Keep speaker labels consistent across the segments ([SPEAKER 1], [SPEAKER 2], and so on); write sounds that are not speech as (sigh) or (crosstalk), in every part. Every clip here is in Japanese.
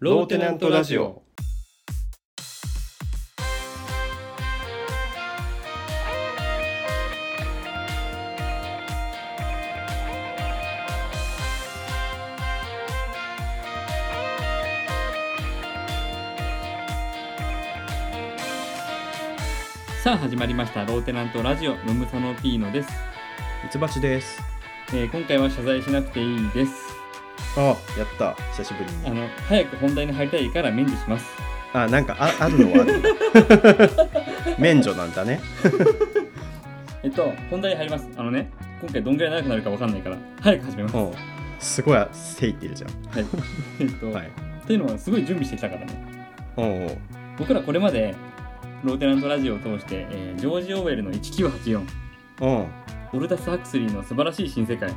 [SPEAKER 1] ローテナントラジオ。
[SPEAKER 2] さあ始まりましたローテナントラジオムムサノピーノです、
[SPEAKER 1] ミツバチです。
[SPEAKER 2] えー今回は謝罪しなくていいです
[SPEAKER 1] あ、やった。久しぶり
[SPEAKER 2] あ
[SPEAKER 1] に。
[SPEAKER 2] の早く本題に入りたいから免除します
[SPEAKER 1] あ、なんかああるのはある。 (laughs) 免除なんだね。
[SPEAKER 2] えっと本題に入りますあのね今回どんぐらい長くなるかわかんないから早く始めます
[SPEAKER 1] う
[SPEAKER 2] は
[SPEAKER 1] ん。すごいせいってるじゃん。
[SPEAKER 2] いえっと、
[SPEAKER 1] はい。
[SPEAKER 2] というのはすごい準備してきたからね
[SPEAKER 1] うんうん。
[SPEAKER 2] 僕らこれまでローテナントラジオを通して、えージョージ・オーウェルの1984
[SPEAKER 1] うん。
[SPEAKER 2] オルダス・ハクスリーの素晴らしい新世界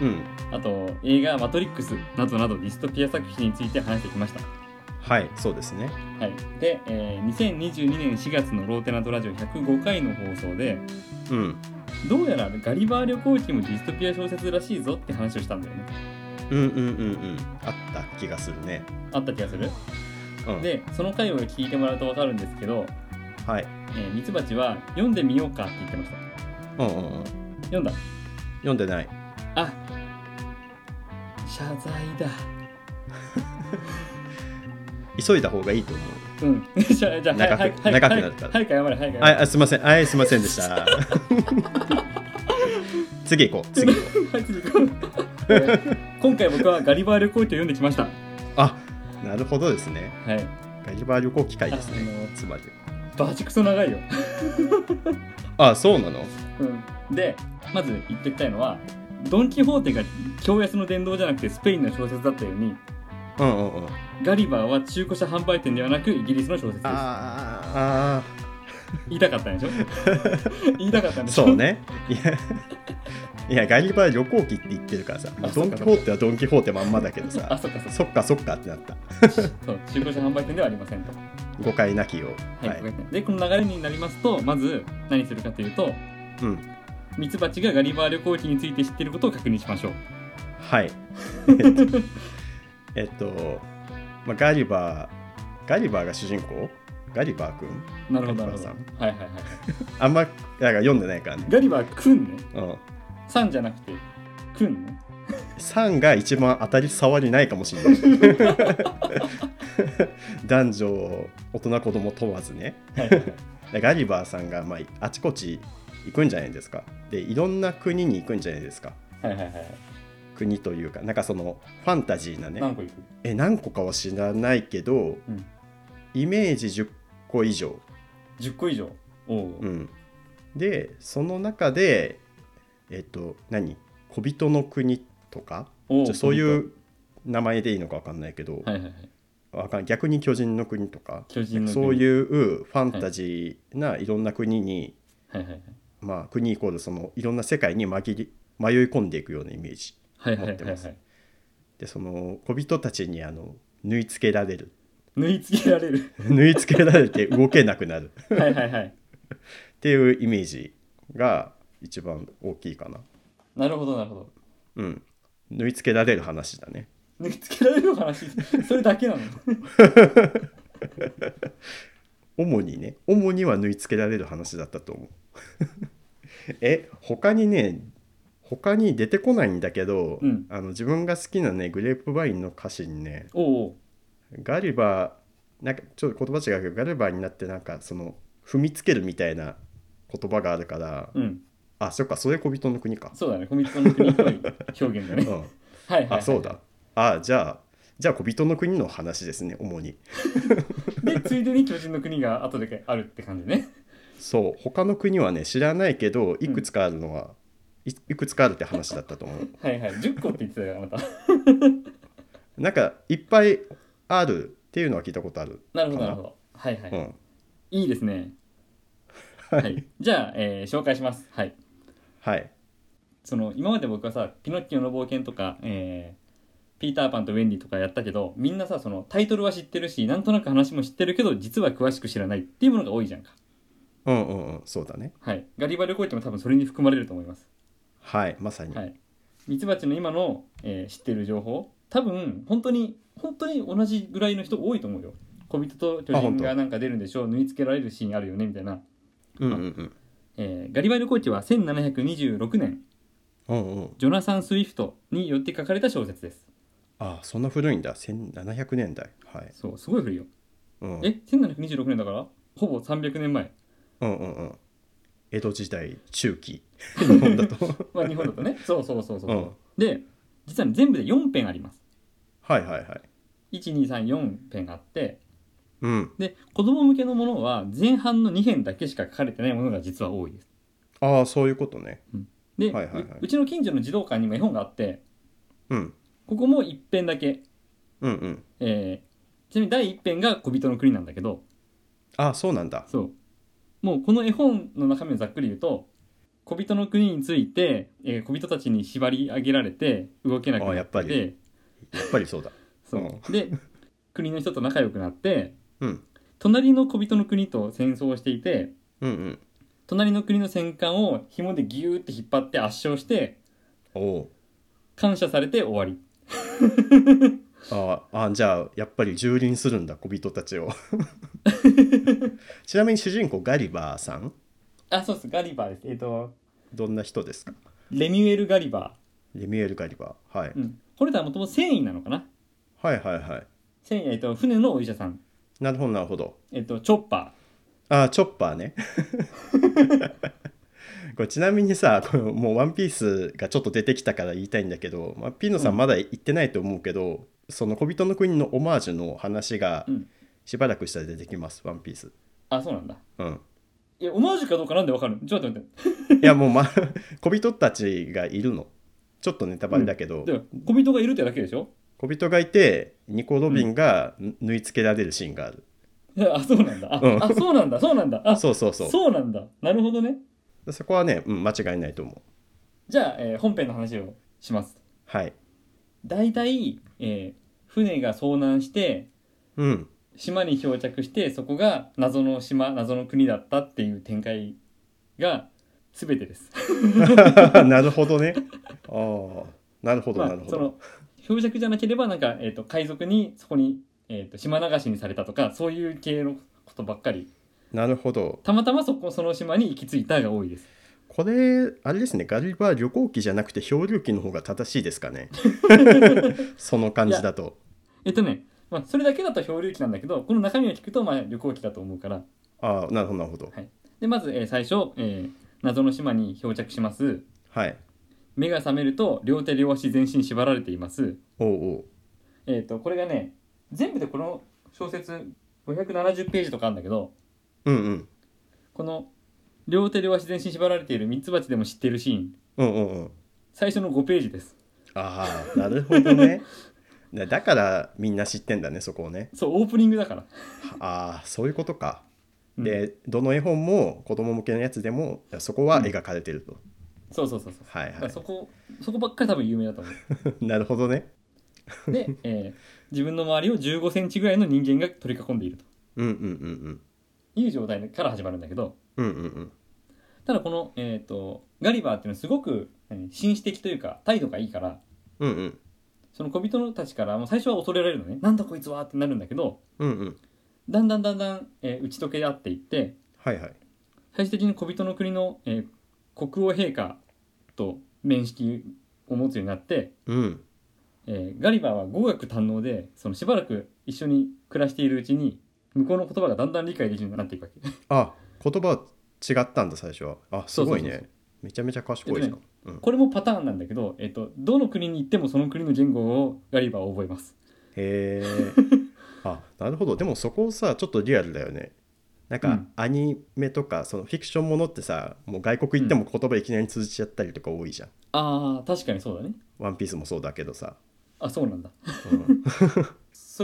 [SPEAKER 1] うん。
[SPEAKER 2] あと映画「マトリックス」などなどディストピア作品について話してきました
[SPEAKER 1] はい、そうですね。
[SPEAKER 2] はい、で、えー2022年4月のローテナントラジオ105回の放送で
[SPEAKER 1] うん。
[SPEAKER 2] どうやらガリバー旅行記もディストピア小説らしいぞって話をしたんだよね
[SPEAKER 1] うんうんうんうん。あった気がするね。
[SPEAKER 2] あった気がする
[SPEAKER 1] うん。
[SPEAKER 2] でその回を聞いてもらうと分かるんですけど、
[SPEAKER 1] はい。
[SPEAKER 2] えーミツバチは読んでみようかって言ってました
[SPEAKER 1] うんうんうん。
[SPEAKER 2] 読んだ
[SPEAKER 1] 読んでない。
[SPEAKER 2] あ謝罪だ
[SPEAKER 1] 急いだ方がいいと思う。
[SPEAKER 2] うん (laughs) じゃあじゃあ
[SPEAKER 1] 長く
[SPEAKER 2] 早く早く
[SPEAKER 1] 長く
[SPEAKER 2] 早
[SPEAKER 1] なっ
[SPEAKER 2] く
[SPEAKER 1] た
[SPEAKER 2] 早く謝れ早く謝
[SPEAKER 1] はい、
[SPEAKER 2] れ
[SPEAKER 1] あすいません。はい、すいませんで (laughs) した。次行こう。次行こう。
[SPEAKER 2] はい
[SPEAKER 1] (laughs)
[SPEAKER 2] 次行こうえー今回僕はガリバー旅行記を読んできました
[SPEAKER 1] あ、なるほどですね。
[SPEAKER 2] はい
[SPEAKER 1] ガリバー旅行機会です
[SPEAKER 2] ああの
[SPEAKER 1] ね。つまり。
[SPEAKER 2] バチクソ長いよ
[SPEAKER 1] あ、そうなの
[SPEAKER 2] うん、でまず言っておきたいのはドン・キホーテが驚安の殿堂じゃなくてスペインの小説だったように
[SPEAKER 1] うんうんうん。あ
[SPEAKER 2] ガリバーは中古車販売店ではなくイギリスの小説です
[SPEAKER 1] あ
[SPEAKER 2] 言いたかったんでし (laughs) ょ言いたかったん
[SPEAKER 1] ー、
[SPEAKER 2] でしょ
[SPEAKER 1] そうね。いや、いやガリバー旅行機って言ってるからさ、
[SPEAKER 2] あ
[SPEAKER 1] ドン・キホーテはドン・キホーテまんまだけど
[SPEAKER 2] あ
[SPEAKER 1] さ、
[SPEAKER 2] そっかそっか
[SPEAKER 1] そっかそっかってなった。
[SPEAKER 2] そう中古車販売店ではありませんと、は
[SPEAKER 1] 誤解なきよう。
[SPEAKER 2] い
[SPEAKER 1] はい
[SPEAKER 2] ご。めんなさいでこの流れになりますとまず何するかというと
[SPEAKER 1] うん。
[SPEAKER 2] ミツバチがガリバー旅行記について知っていることを確認しましょう
[SPEAKER 1] はい。 (laughs) えっと、まあ、ガリバー、ガリバーが主人公ガリバーくん
[SPEAKER 2] なるほどなるほど
[SPEAKER 1] ガ
[SPEAKER 2] はいは
[SPEAKER 1] リバ
[SPEAKER 2] いはい
[SPEAKER 1] あんま、だから読んでないからね。
[SPEAKER 2] ガリバーくんね
[SPEAKER 1] うん。
[SPEAKER 2] さんじゃなくてくん (laughs) ね
[SPEAKER 1] 3が一番当たり障りないかもしれない。
[SPEAKER 2] (laughs)
[SPEAKER 1] 男女、大人子供問わずね。
[SPEAKER 2] はいはいはい
[SPEAKER 1] でガリバーさんが、まあ、あちこち行くんじゃないですか。で、いろんな国に行くんじゃないですか。
[SPEAKER 2] はいはいはい
[SPEAKER 1] 国というか、なんかそのファンタジーなね。
[SPEAKER 2] 何個いく
[SPEAKER 1] え、何個かは知らないけど、
[SPEAKER 2] うん
[SPEAKER 1] イメージ10個以上。
[SPEAKER 2] 10個以上おおう
[SPEAKER 1] うん、で、その中で、えっと、何小人の国とか、
[SPEAKER 2] お
[SPEAKER 1] じゃあそういうう名前でいいのかわかんないけど、
[SPEAKER 2] はいはいはい
[SPEAKER 1] わかん逆に巨人の国とか
[SPEAKER 2] 巨人の国
[SPEAKER 1] そういうファンタジーないろんな国に、
[SPEAKER 2] はいはい
[SPEAKER 1] まあ国イコールそのいろんな世界に紛り迷い込んでいくようなイメージ
[SPEAKER 2] はいはい
[SPEAKER 1] 持
[SPEAKER 2] は
[SPEAKER 1] っ
[SPEAKER 2] い
[SPEAKER 1] て
[SPEAKER 2] はい
[SPEAKER 1] ま
[SPEAKER 2] は
[SPEAKER 1] す
[SPEAKER 2] い
[SPEAKER 1] でその小人たちにあの縫い付けられる (laughs)
[SPEAKER 2] 縫い付けられる
[SPEAKER 1] 縫い付けられて動けなくなるっ
[SPEAKER 2] はいはいはい
[SPEAKER 1] ていうイメージが一番大きいかな
[SPEAKER 2] なるほどなるほど
[SPEAKER 1] うん縫い付けられる話だね
[SPEAKER 2] 縫い付けられる
[SPEAKER 1] (laughs)
[SPEAKER 2] 話それだけなの
[SPEAKER 1] 主にね主には縫い付けられる話だったと思う (laughs) え他にね他に出てこないんだけど、
[SPEAKER 2] うん
[SPEAKER 1] あの自分が好きなねグレープワインの歌詞にね
[SPEAKER 2] おうおう
[SPEAKER 1] ガリバーなんかちょっと言葉違うけどガリバーになってなんかその踏みつけるみたいな言葉があるから、
[SPEAKER 2] うん
[SPEAKER 1] あそっかそれ小人の国か、
[SPEAKER 2] そうだね小人の国っぽい表現だ
[SPEAKER 1] (laughs) う
[SPEAKER 2] ね
[SPEAKER 1] ん、
[SPEAKER 2] はいはい、はい、
[SPEAKER 1] あそうだあじゃあじゃあ小人の国の話ですね主に
[SPEAKER 2] でついでに巨人の国が後であるって感じね
[SPEAKER 1] そう他の国はね知らないけどいくつかあるのは、いいくつかあるって話だったと思う
[SPEAKER 2] はいはい10個って言ってたよあなた
[SPEAKER 1] なんかいっぱいあるっていうのは聞いたことある。
[SPEAKER 2] なるほどなるほどはいはい、
[SPEAKER 1] うん。
[SPEAKER 2] いいですね
[SPEAKER 1] はい
[SPEAKER 2] はいじゃあ、えー紹介しますはい
[SPEAKER 1] はい。
[SPEAKER 2] その今まで僕はさ「ピノッキオの冒険」とか、えーピーター・パンとウェンディ」とかやったけどみんなさそのタイトルは知ってるしなんとなく話も知ってるけど実は詳しく知らないっていうものが多いじゃんか
[SPEAKER 1] うんうんうん。そうだね。
[SPEAKER 2] はいガリバ旅行っても多分それに含まれると思います
[SPEAKER 1] はい。まさに。
[SPEAKER 2] はいミツバチの今の、えー知ってる情報多分本当に本当に同じぐらいの人多いと思うよ小人と巨
[SPEAKER 1] あ本
[SPEAKER 2] 人
[SPEAKER 1] 当
[SPEAKER 2] がなんか出るんでしょう縫い付けられるシーンあるよねみたいな、
[SPEAKER 1] うんうん
[SPEAKER 2] えーガリバイルコーチは1726年
[SPEAKER 1] うんうんうん
[SPEAKER 2] ジョナサン・スウィフトによって書かれた小説です
[SPEAKER 1] あそんな古いんだ1700年代はい、
[SPEAKER 2] そうすごい古いよ
[SPEAKER 1] うん、
[SPEAKER 2] え1726年だからほぼ300年前
[SPEAKER 1] うんうんうん江戸時代中
[SPEAKER 2] (laughs)
[SPEAKER 1] 期日本だと
[SPEAKER 2] まあ日本だと
[SPEAKER 1] (laughs)
[SPEAKER 2] ねそうそうそうそう、
[SPEAKER 1] うん
[SPEAKER 2] で実はね全部で4編あります
[SPEAKER 1] はいはいはい
[SPEAKER 2] 1234編あって
[SPEAKER 1] うん
[SPEAKER 2] で子供向けのものは前半の2編だけしか書かれてないものが実は多いです
[SPEAKER 1] ああそういうことね
[SPEAKER 2] で、
[SPEAKER 1] はいはいはいう
[SPEAKER 2] うちの近所の児童館にも絵本があって
[SPEAKER 1] うん
[SPEAKER 2] ここも1編だけ、
[SPEAKER 1] うんうん
[SPEAKER 2] えーちなみに第1編が「小人の国」なんだけど
[SPEAKER 1] ああそうなんだ
[SPEAKER 2] そうもうこの絵本の中身をざっくり言うと小人の国について、えー小人たちに縛り上げられて動けなく
[SPEAKER 1] あ
[SPEAKER 2] な
[SPEAKER 1] や
[SPEAKER 2] っ
[SPEAKER 1] っぱ
[SPEAKER 2] て
[SPEAKER 1] りやっぱりそうだ
[SPEAKER 2] そうで国の人と仲良くなって
[SPEAKER 1] うん
[SPEAKER 2] 隣の小人の国と戦争をしていて
[SPEAKER 1] うんうん
[SPEAKER 2] 隣の国の戦艦を紐でギューって引っ張って圧勝して
[SPEAKER 1] おお
[SPEAKER 2] 感謝されて終わり
[SPEAKER 1] ああじゃあやっぱり蹂躙するんだ小人た
[SPEAKER 2] (laughs)
[SPEAKER 1] ちをちなみに主人公ガリバーさん
[SPEAKER 2] あそうですガリバーですえっ、と
[SPEAKER 1] どんな人ですか
[SPEAKER 2] レミュエル・ガリバ
[SPEAKER 1] レミュエル・ガリバー、はい
[SPEAKER 2] ー、うん、これとはもともと繊維なのかな
[SPEAKER 1] はいはいはい
[SPEAKER 2] 繊維、えっと船のお医者さん、
[SPEAKER 1] なるほどなるほど
[SPEAKER 2] えっとチョッパ
[SPEAKER 1] あーチョッパーね (laughs) これちなみにさこのもう「ワンピースがちょっと出てきたから言いたいんだけど、まあ、ピーノさ
[SPEAKER 2] うん
[SPEAKER 1] んまだ言ってないと思うけど、その「小人の国」のオマージュの話が
[SPEAKER 2] うん
[SPEAKER 1] しばらくしたら出てきます「ワンピース
[SPEAKER 2] ーあそうなんだ
[SPEAKER 1] うん
[SPEAKER 2] いやオマージュかどうかなんでわかるのちょっと待って
[SPEAKER 1] いやもう、ま、 (laughs) 小人たちがいるのちょっとネタバレだけど、
[SPEAKER 2] 待ってで小人がいるってだけでしょ
[SPEAKER 1] 小人がいてニコ・ロビンが縫い付けられるシーンがある、
[SPEAKER 2] いやあそうなんだあ,、
[SPEAKER 1] うん
[SPEAKER 2] あそうなんだそうなんだあ
[SPEAKER 1] そうそうそう
[SPEAKER 2] そうなんだなるほどね
[SPEAKER 1] そこはね、うん、間違いないと思う
[SPEAKER 2] じゃあ、えー本編の話をします
[SPEAKER 1] はい
[SPEAKER 2] 大体、えー船が遭難して
[SPEAKER 1] うん (laughs)
[SPEAKER 2] 島に漂着してそこが謎の島謎の国だったっていう展開が全てです。
[SPEAKER 1] なるほどね。ああ、なるほど、
[SPEAKER 2] ま
[SPEAKER 1] な
[SPEAKER 2] あ
[SPEAKER 1] る
[SPEAKER 2] そ
[SPEAKER 1] ほど。
[SPEAKER 2] の漂着じゃなければなんか、えー、と海賊にそこに、えー、と島流しにされたとかそういう系のことばっかり
[SPEAKER 1] なるほど。
[SPEAKER 2] たまたまそこその島に行き着いたが多いです。
[SPEAKER 1] これ、あれですね、ガリバー旅行記じゃなくて漂流記の方が正しいです
[SPEAKER 2] (laughs)
[SPEAKER 1] かね。その感じだと。
[SPEAKER 2] えっとね、まあ、それだけだと漂流記なんだけどこの中身を聞くとまあ旅行記だと思うから
[SPEAKER 1] ああ、なるほど、なるほど。
[SPEAKER 2] でまず、えー最初、えー謎の島に漂着します
[SPEAKER 1] はい。
[SPEAKER 2] 目が覚めると両手両足全身縛られています。
[SPEAKER 1] おうおう。
[SPEAKER 2] えー、とこれがね全部でこの小説570ページとかあるんだけど
[SPEAKER 1] うんうん。
[SPEAKER 2] この両手両足全身縛られているミツバチでも知ってるシーン
[SPEAKER 1] うんうんうん。
[SPEAKER 2] 最初の5ページです
[SPEAKER 1] ああ、なるほどね。だだからみんな知ってんだね、そこをね。
[SPEAKER 2] そうオープニングだから
[SPEAKER 1] ああ、そういうことか。
[SPEAKER 2] うん
[SPEAKER 1] で、どの絵本も子供向けのやつでも、そこは描かれてると。
[SPEAKER 2] そうそうそうそう、
[SPEAKER 1] はい
[SPEAKER 2] だか
[SPEAKER 1] は
[SPEAKER 2] らそこそこばっかり多分有名だと思
[SPEAKER 1] い。 (laughs) なるほどね。
[SPEAKER 2] うで、えー自分の周りを1 5センチぐらいの人間が取り囲んでいると
[SPEAKER 1] うんうんうん
[SPEAKER 2] いう状態から始まるんだけど
[SPEAKER 1] うん。うんうんうん。
[SPEAKER 2] ただこの、えー、とガリバーっていうのはすごく何紳士的というか態度がいいから
[SPEAKER 1] うんうん。
[SPEAKER 2] その小人たちからもう最初は恐れられるのねなんだこいつはってなるんだけど
[SPEAKER 1] うんうん。
[SPEAKER 2] だんだんだんだん、えー打ち解け合っていって
[SPEAKER 1] はいはい。
[SPEAKER 2] 最終的に小人の国の、えー国王陛下と面識を持つようになって、
[SPEAKER 1] うん。
[SPEAKER 2] えーガリバーは語学堪能でそのしばらく一緒に暮らしているうちに向こうの言葉がだんだん理解できるようになっていくわけ (laughs)
[SPEAKER 1] あ、言葉は違ったんだ最初は。あ、すごいね。
[SPEAKER 2] そうそうそう
[SPEAKER 1] めちゃめちゃ賢いじゃん。うん、
[SPEAKER 2] これもパターンなんだけど、えー、とどの国に行ってもその国の言語をガリバーは覚えます
[SPEAKER 1] へえ。あ、なるほど。でもそこさ、ちょっとリアルだよね。なん
[SPEAKER 2] う
[SPEAKER 1] か
[SPEAKER 2] ん
[SPEAKER 1] アニメとかそのフィクションものってさ、もう外国行っても言葉いきなり通じちゃったりとか多いじゃん。
[SPEAKER 2] あー確かにそうだね
[SPEAKER 1] ワンピースもそうだけどさ。
[SPEAKER 2] あそうなんだ
[SPEAKER 1] うん、
[SPEAKER 2] そ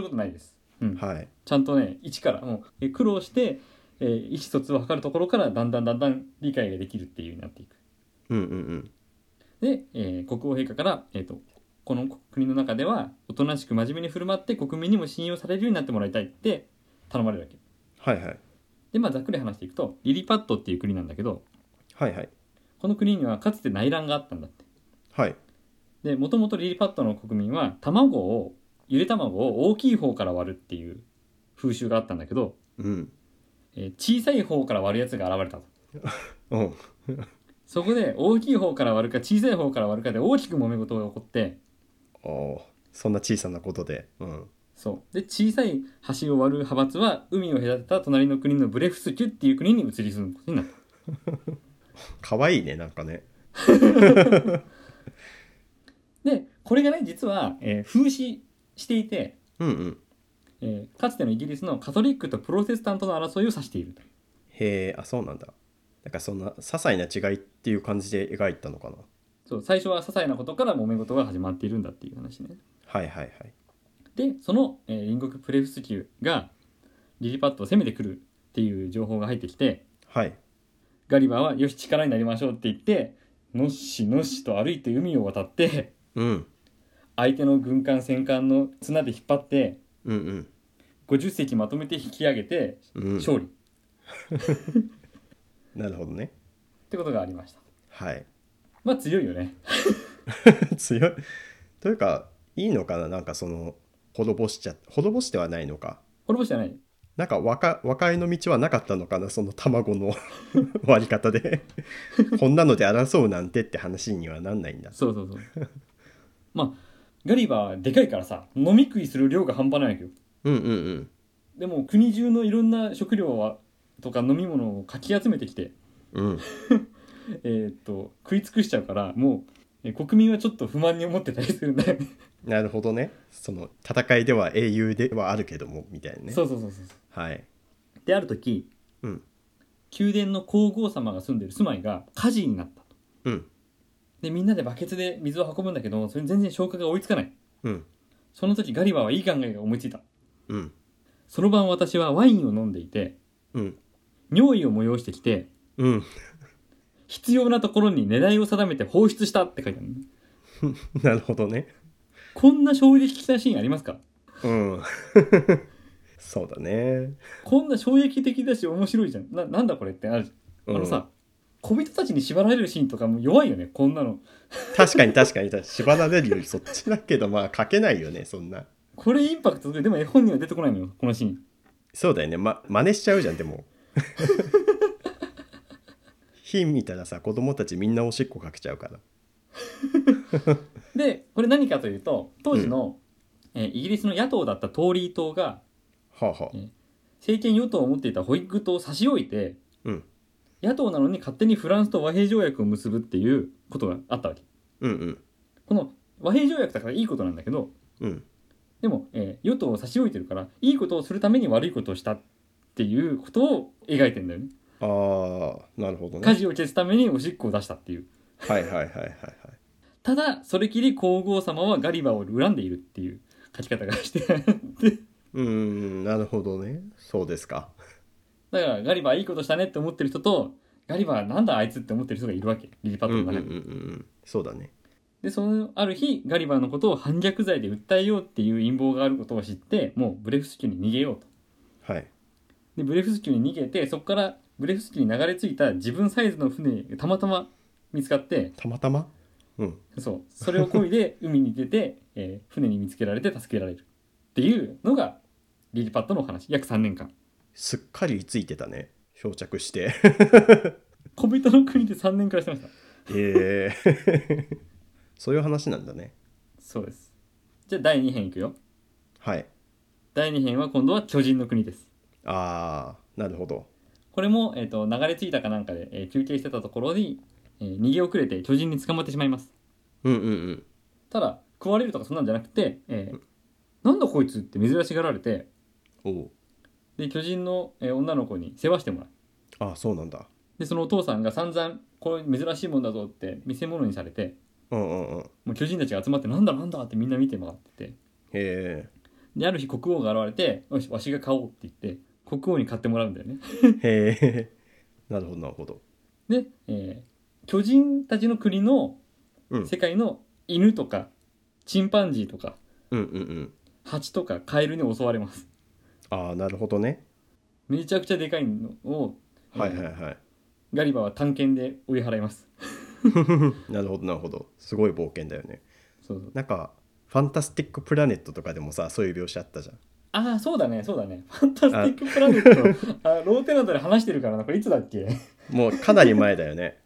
[SPEAKER 2] ういうことないです、うん
[SPEAKER 1] はい。
[SPEAKER 2] ちゃんとね一からもうえー苦労して、えー意思疎通を図るところからだんだんだんだん理解ができるっていうようになっていく
[SPEAKER 1] うんうんうん。
[SPEAKER 2] で、えー国王陛下から、えー、とこの国の中ではおとなしく真面目に振る舞って国民にも信用されるようになってもらいたいって頼まれるわけ
[SPEAKER 1] はいはい。
[SPEAKER 2] でまあざっくり話していくとリリパットっていう国なんだけど
[SPEAKER 1] はいはい。
[SPEAKER 2] この国にはかつて内乱があったんだって
[SPEAKER 1] はい。
[SPEAKER 2] でもともとリリパットの国民は卵をゆで卵を大きい方から割るっていう風習があったんだけど、
[SPEAKER 1] うん
[SPEAKER 2] えー小さい方から割るやつが現れたと
[SPEAKER 1] うん
[SPEAKER 2] そこで大きい方から割るか小さい方から割るかで大きく揉め事が起こって
[SPEAKER 1] あーそんな小さなことでうん
[SPEAKER 2] そうで小さい橋を割る派閥は海を隔てた隣の国のブレフスキュっていう国に移り住むことになった
[SPEAKER 1] 可愛いねなんかね
[SPEAKER 2] でこれがね実は、えー風刺していて、
[SPEAKER 1] うんうん
[SPEAKER 2] えーかつてのイギリスのカトリックとプロテスタントの争いを指していると
[SPEAKER 1] へえあそうなんだなんかそんな些細な違いっていう感じで描いたのかな
[SPEAKER 2] そう最初は些細なことから揉め事が始まっているんだっていう話ね
[SPEAKER 1] はいはいはい
[SPEAKER 2] でその、えー隣国プレフスキュがリリパットを攻めてくるっていう情報が入ってきて
[SPEAKER 1] はい
[SPEAKER 2] ガリバーは「よし力になりましょう」って言ってのっしのっしと歩いて海を渡って
[SPEAKER 1] うん
[SPEAKER 2] 相手の軍艦戦艦の綱で引っ張って
[SPEAKER 1] うんうん
[SPEAKER 2] 50隻まとめて引き上げて
[SPEAKER 1] うん
[SPEAKER 2] 勝利、っ
[SPEAKER 1] なるほどね
[SPEAKER 2] てことがありました
[SPEAKER 1] はい (laughs)
[SPEAKER 2] まあ強いよね
[SPEAKER 1] 強いというかいいのかななんかその滅ぼしちゃ滅ぼしてはないのか
[SPEAKER 2] 滅ぼしじゃない
[SPEAKER 1] なんか和解和解の道はなかったのかなその卵の (laughs) 割り方でこんなので争うなんてって話にはなんないんだ
[SPEAKER 2] そうそうそう (laughs) まあガリバーはでかいからさ飲み食いする量が半端ないわけよ
[SPEAKER 1] うんうんうん
[SPEAKER 2] でも国中のいろんな食料はとか飲み物をかき集めてきて
[SPEAKER 1] うん
[SPEAKER 2] えーっと食い尽くしちゃうからもうえー国民はちょっと不満に思ってたりするんだよね
[SPEAKER 1] なるほどねその戦いでは英雄ではあるけどもみたいなね
[SPEAKER 2] そうそうそうそうそ
[SPEAKER 1] はい、
[SPEAKER 2] うである時
[SPEAKER 1] うん、
[SPEAKER 2] 宮殿の皇后様が住んでる住まいが火事になったと
[SPEAKER 1] うん
[SPEAKER 2] でみんなでバケツで水を運ぶんだけどそれ全然消化が追いつかない
[SPEAKER 1] うん
[SPEAKER 2] その時ガリバーはいい考えが思いついた
[SPEAKER 1] うん
[SPEAKER 2] その晩私はワインを飲んでいて
[SPEAKER 1] うん
[SPEAKER 2] 尿意を催してきて
[SPEAKER 1] うん (laughs)
[SPEAKER 2] 必要なところに狙いを定めて放出したって書いてあるのね
[SPEAKER 1] なるほどね
[SPEAKER 2] こんな衝撃的なシーンありますか
[SPEAKER 1] うん (laughs) そうだね
[SPEAKER 2] こんな衝撃的だし面白いじゃんななんだこれってあるじゃんあの
[SPEAKER 1] うん
[SPEAKER 2] さ、小人たちに縛られるシーンとかも弱いよねこんなの
[SPEAKER 1] 確かに確かに確かに縛られるよりそっちだけどまあ書けないよねそんな
[SPEAKER 2] これインパクトででも絵本には出てこないのよこのシーン
[SPEAKER 1] そうだよねま真似しちゃうじゃんでも (laughs) 火見たらさ子供たちみんなおしっこかけちゃうから
[SPEAKER 2] でこれ何かというと当時の、えーイギリスの野党だったトーリー党が
[SPEAKER 1] はあはあ
[SPEAKER 2] 政権与党を持っていたホイッグ党を差し置いて
[SPEAKER 1] うん
[SPEAKER 2] 野党なのに勝手にフランスと和平条約を結ぶっていうことがあったわけ
[SPEAKER 1] うんうん
[SPEAKER 2] この和平条約だからいいことなんだけど
[SPEAKER 1] うん
[SPEAKER 2] でも、えー与党を差し置いてるからいいことをするために悪いことをしたっていうことを描いてんだよね
[SPEAKER 1] あーなるほど
[SPEAKER 2] 火
[SPEAKER 1] ね
[SPEAKER 2] 事を消すためにおしっこを出したっていう
[SPEAKER 1] はいはいはいはいはい
[SPEAKER 2] ただそれきり皇后様はガリバーを恨んでいるっていう書き方がしてあって
[SPEAKER 1] うーんなるほどねそうですか
[SPEAKER 2] だからガリバーいいことしたねって思ってる人とガリバーなんだあいつって思ってる人がいるわけリリパ
[SPEAKER 1] う
[SPEAKER 2] ッ
[SPEAKER 1] ん
[SPEAKER 2] ト
[SPEAKER 1] う
[SPEAKER 2] の
[SPEAKER 1] んうん
[SPEAKER 2] 中
[SPEAKER 1] うん
[SPEAKER 2] で、
[SPEAKER 1] うんそうだね
[SPEAKER 2] でそのある日ガリバーのことを反逆罪で訴えようっていう陰謀があることを知ってもうブレフスキュに逃げようと
[SPEAKER 1] はい
[SPEAKER 2] でブレフスキュに逃げてそこからブレフスキュに流れ着いた自分サイズの船がたまたま見つかって
[SPEAKER 1] たまたまうん
[SPEAKER 2] そうそれを漕いで
[SPEAKER 1] (laughs)
[SPEAKER 2] 海に出て、えー船に見つけられて助けられるっていうのがリリパットのお話約3年間
[SPEAKER 1] すっかりついてたね漂着して
[SPEAKER 2] 小人の国で3年暮らしてました
[SPEAKER 1] ええそういう話なんだね
[SPEAKER 2] そうですじゃあ第2編いくよ
[SPEAKER 1] はい
[SPEAKER 2] 第2編は今度は巨人の国です
[SPEAKER 1] ああなるほど
[SPEAKER 2] これも、えー、と流れ着いたかなんかで、えー休憩してたところに、えー逃げ遅れて巨人に捕まってしまいます
[SPEAKER 1] うんうんうん
[SPEAKER 2] ただ食われるとかそんなんじゃなくて、えーなんだこいつって珍しがられて
[SPEAKER 1] おう
[SPEAKER 2] で巨人の、えー女の子に世話してもらう
[SPEAKER 1] あそうなんだ
[SPEAKER 2] でそのお父さんが散々これ珍しいもんだぞって見せ物にされて
[SPEAKER 1] うんうんうんへ
[SPEAKER 2] もう巨人たちが集まってなんだなんだってみんな見て回ってて
[SPEAKER 1] え
[SPEAKER 2] である日国王が現れて「よしわしが買おう」って言って国王に買ってもらうんだよね
[SPEAKER 1] へえなるほどなるほど
[SPEAKER 2] で、えー巨人たちの国の
[SPEAKER 1] うん
[SPEAKER 2] 世界の犬とかチンパンジーとか
[SPEAKER 1] うんうんうん
[SPEAKER 2] 蜂とかカエルに襲われます
[SPEAKER 1] ああなるほどね
[SPEAKER 2] めちゃくちゃでかいのを、
[SPEAKER 1] はいはい
[SPEAKER 2] えー
[SPEAKER 1] はい
[SPEAKER 2] ガリバーは探検で追い払います
[SPEAKER 1] なるほどなるほどすごい冒険だよね
[SPEAKER 2] そうそう
[SPEAKER 1] なんかファンタスティック・プラネット」とかでもさそういう描写あったじゃん
[SPEAKER 2] ああそうだねそうだねファンタスティック・プラネットあローテナントで話してるからなこれいつだっけ
[SPEAKER 1] もうかなり前だよね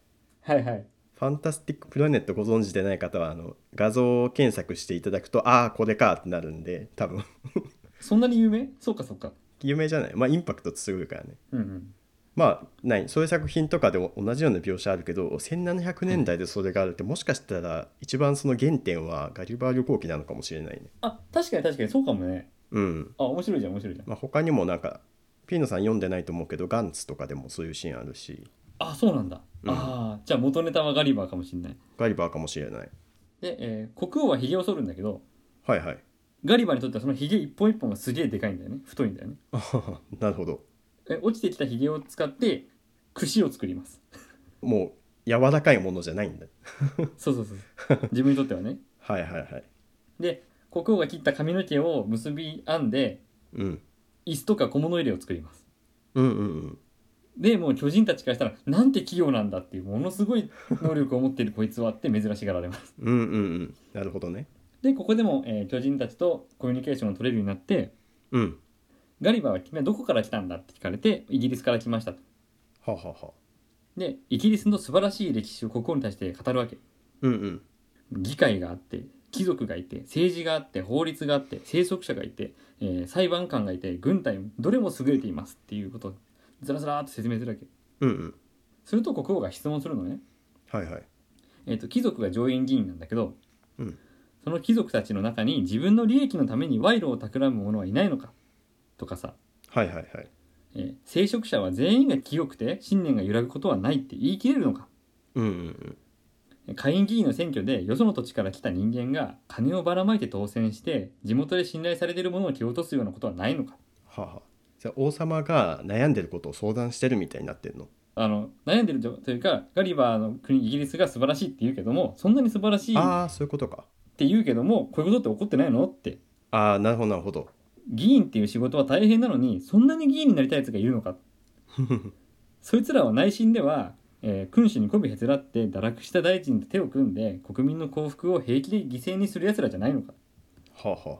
[SPEAKER 2] はいはい
[SPEAKER 1] ファンタスティック・プラネットご存知でない方はあの画像検索していただくとああこれかってなるんで多分 (laughs)
[SPEAKER 2] そんなに有名そうかそうか
[SPEAKER 1] 有名じゃないまあインパクト強いからね
[SPEAKER 2] うんうん
[SPEAKER 1] まあないそういう作品とかでも同じような描写あるけど1700年代でそれがあるって、もしかしたら一番その原点はガリバー旅行記なのかもしれないね
[SPEAKER 2] あ確かに確かにそうかもね
[SPEAKER 1] うん、
[SPEAKER 2] あ面白いじゃん面白いじゃん
[SPEAKER 1] まあ、他にもなんかピーノさん読んでないと思うけどガンツとかでもそういうシーンあるし
[SPEAKER 2] あそうなんだ、
[SPEAKER 1] うん
[SPEAKER 2] ああじゃあ元ネタはガリバーかもしれない
[SPEAKER 1] ガリバーかもしれない
[SPEAKER 2] で、えー国王はひげを剃るんだけど
[SPEAKER 1] はいはい
[SPEAKER 2] ガリバーにとってはそのひげ一本一本がすげえでかいんだよね太いんだよね
[SPEAKER 1] なるほど
[SPEAKER 2] え落ちてきたひげを使って櫛を作ります
[SPEAKER 1] もう柔らかいものじゃないんだ
[SPEAKER 2] そうそうそうそう自分にとってはね
[SPEAKER 1] はいはいはい
[SPEAKER 2] で国王が切った髪の毛を結び編んで
[SPEAKER 1] うん
[SPEAKER 2] 椅子とか小物入れを作ります
[SPEAKER 1] うんうんうん
[SPEAKER 2] でもう巨人たちからしたらなんて器用なんだっていうものすごい能力を持っているこいつはって珍しがられます
[SPEAKER 1] うんうんうんなるほどね
[SPEAKER 2] でここでも、えー巨人たちとコミュニケーションを取れるようになって
[SPEAKER 1] うん
[SPEAKER 2] ガリバーは君はどこから来たんだって聞かれてイギリスから来ましたと
[SPEAKER 1] はあはあはあ
[SPEAKER 2] でイギリスの素晴らしい歴史を国王に対して語るわけ
[SPEAKER 1] うんうん
[SPEAKER 2] 議会があって貴族がいて政治があって法律があって聖職者がいて、えー裁判官がいて軍隊もどれも優れていますっていうことをずらずらーっと説明するわけ
[SPEAKER 1] うんうん
[SPEAKER 2] すると国王が質問するのね、
[SPEAKER 1] はいはい
[SPEAKER 2] えー、と貴族が上院議員なんだけど、
[SPEAKER 1] うん
[SPEAKER 2] その貴族たちの中に自分の利益のために賄賂を企む者はいないのかとかさ、
[SPEAKER 1] はいはいはい
[SPEAKER 2] えー聖職者は全員が清くて信念が揺らぐことはないって言い切れるのか
[SPEAKER 1] うんうんうん
[SPEAKER 2] 下院議員の選挙でよその土地から来た人間が金をばらまいて当選して地元で信頼されているものを蹴落とすようなことはないのか
[SPEAKER 1] はあはあじゃあ王様が悩んでることを相談してるみたいになってるの
[SPEAKER 2] あの悩んでるというかガリバーの国イギリスが素晴らしいって言うけどもそんなに素晴らしいっ
[SPEAKER 1] ああそういうことか
[SPEAKER 2] て言うけどもこういうことって起こってないのって
[SPEAKER 1] ああなるほどなるほど
[SPEAKER 2] 議員っていう仕事は大変なのにそんなに議員になりたいやつがいるのかそいつらは内心では、えー君主に媚びへつらって堕落した大臣と手を組んで国民の幸福を平気で犠牲にするやつらじゃないのか
[SPEAKER 1] はあはあはあ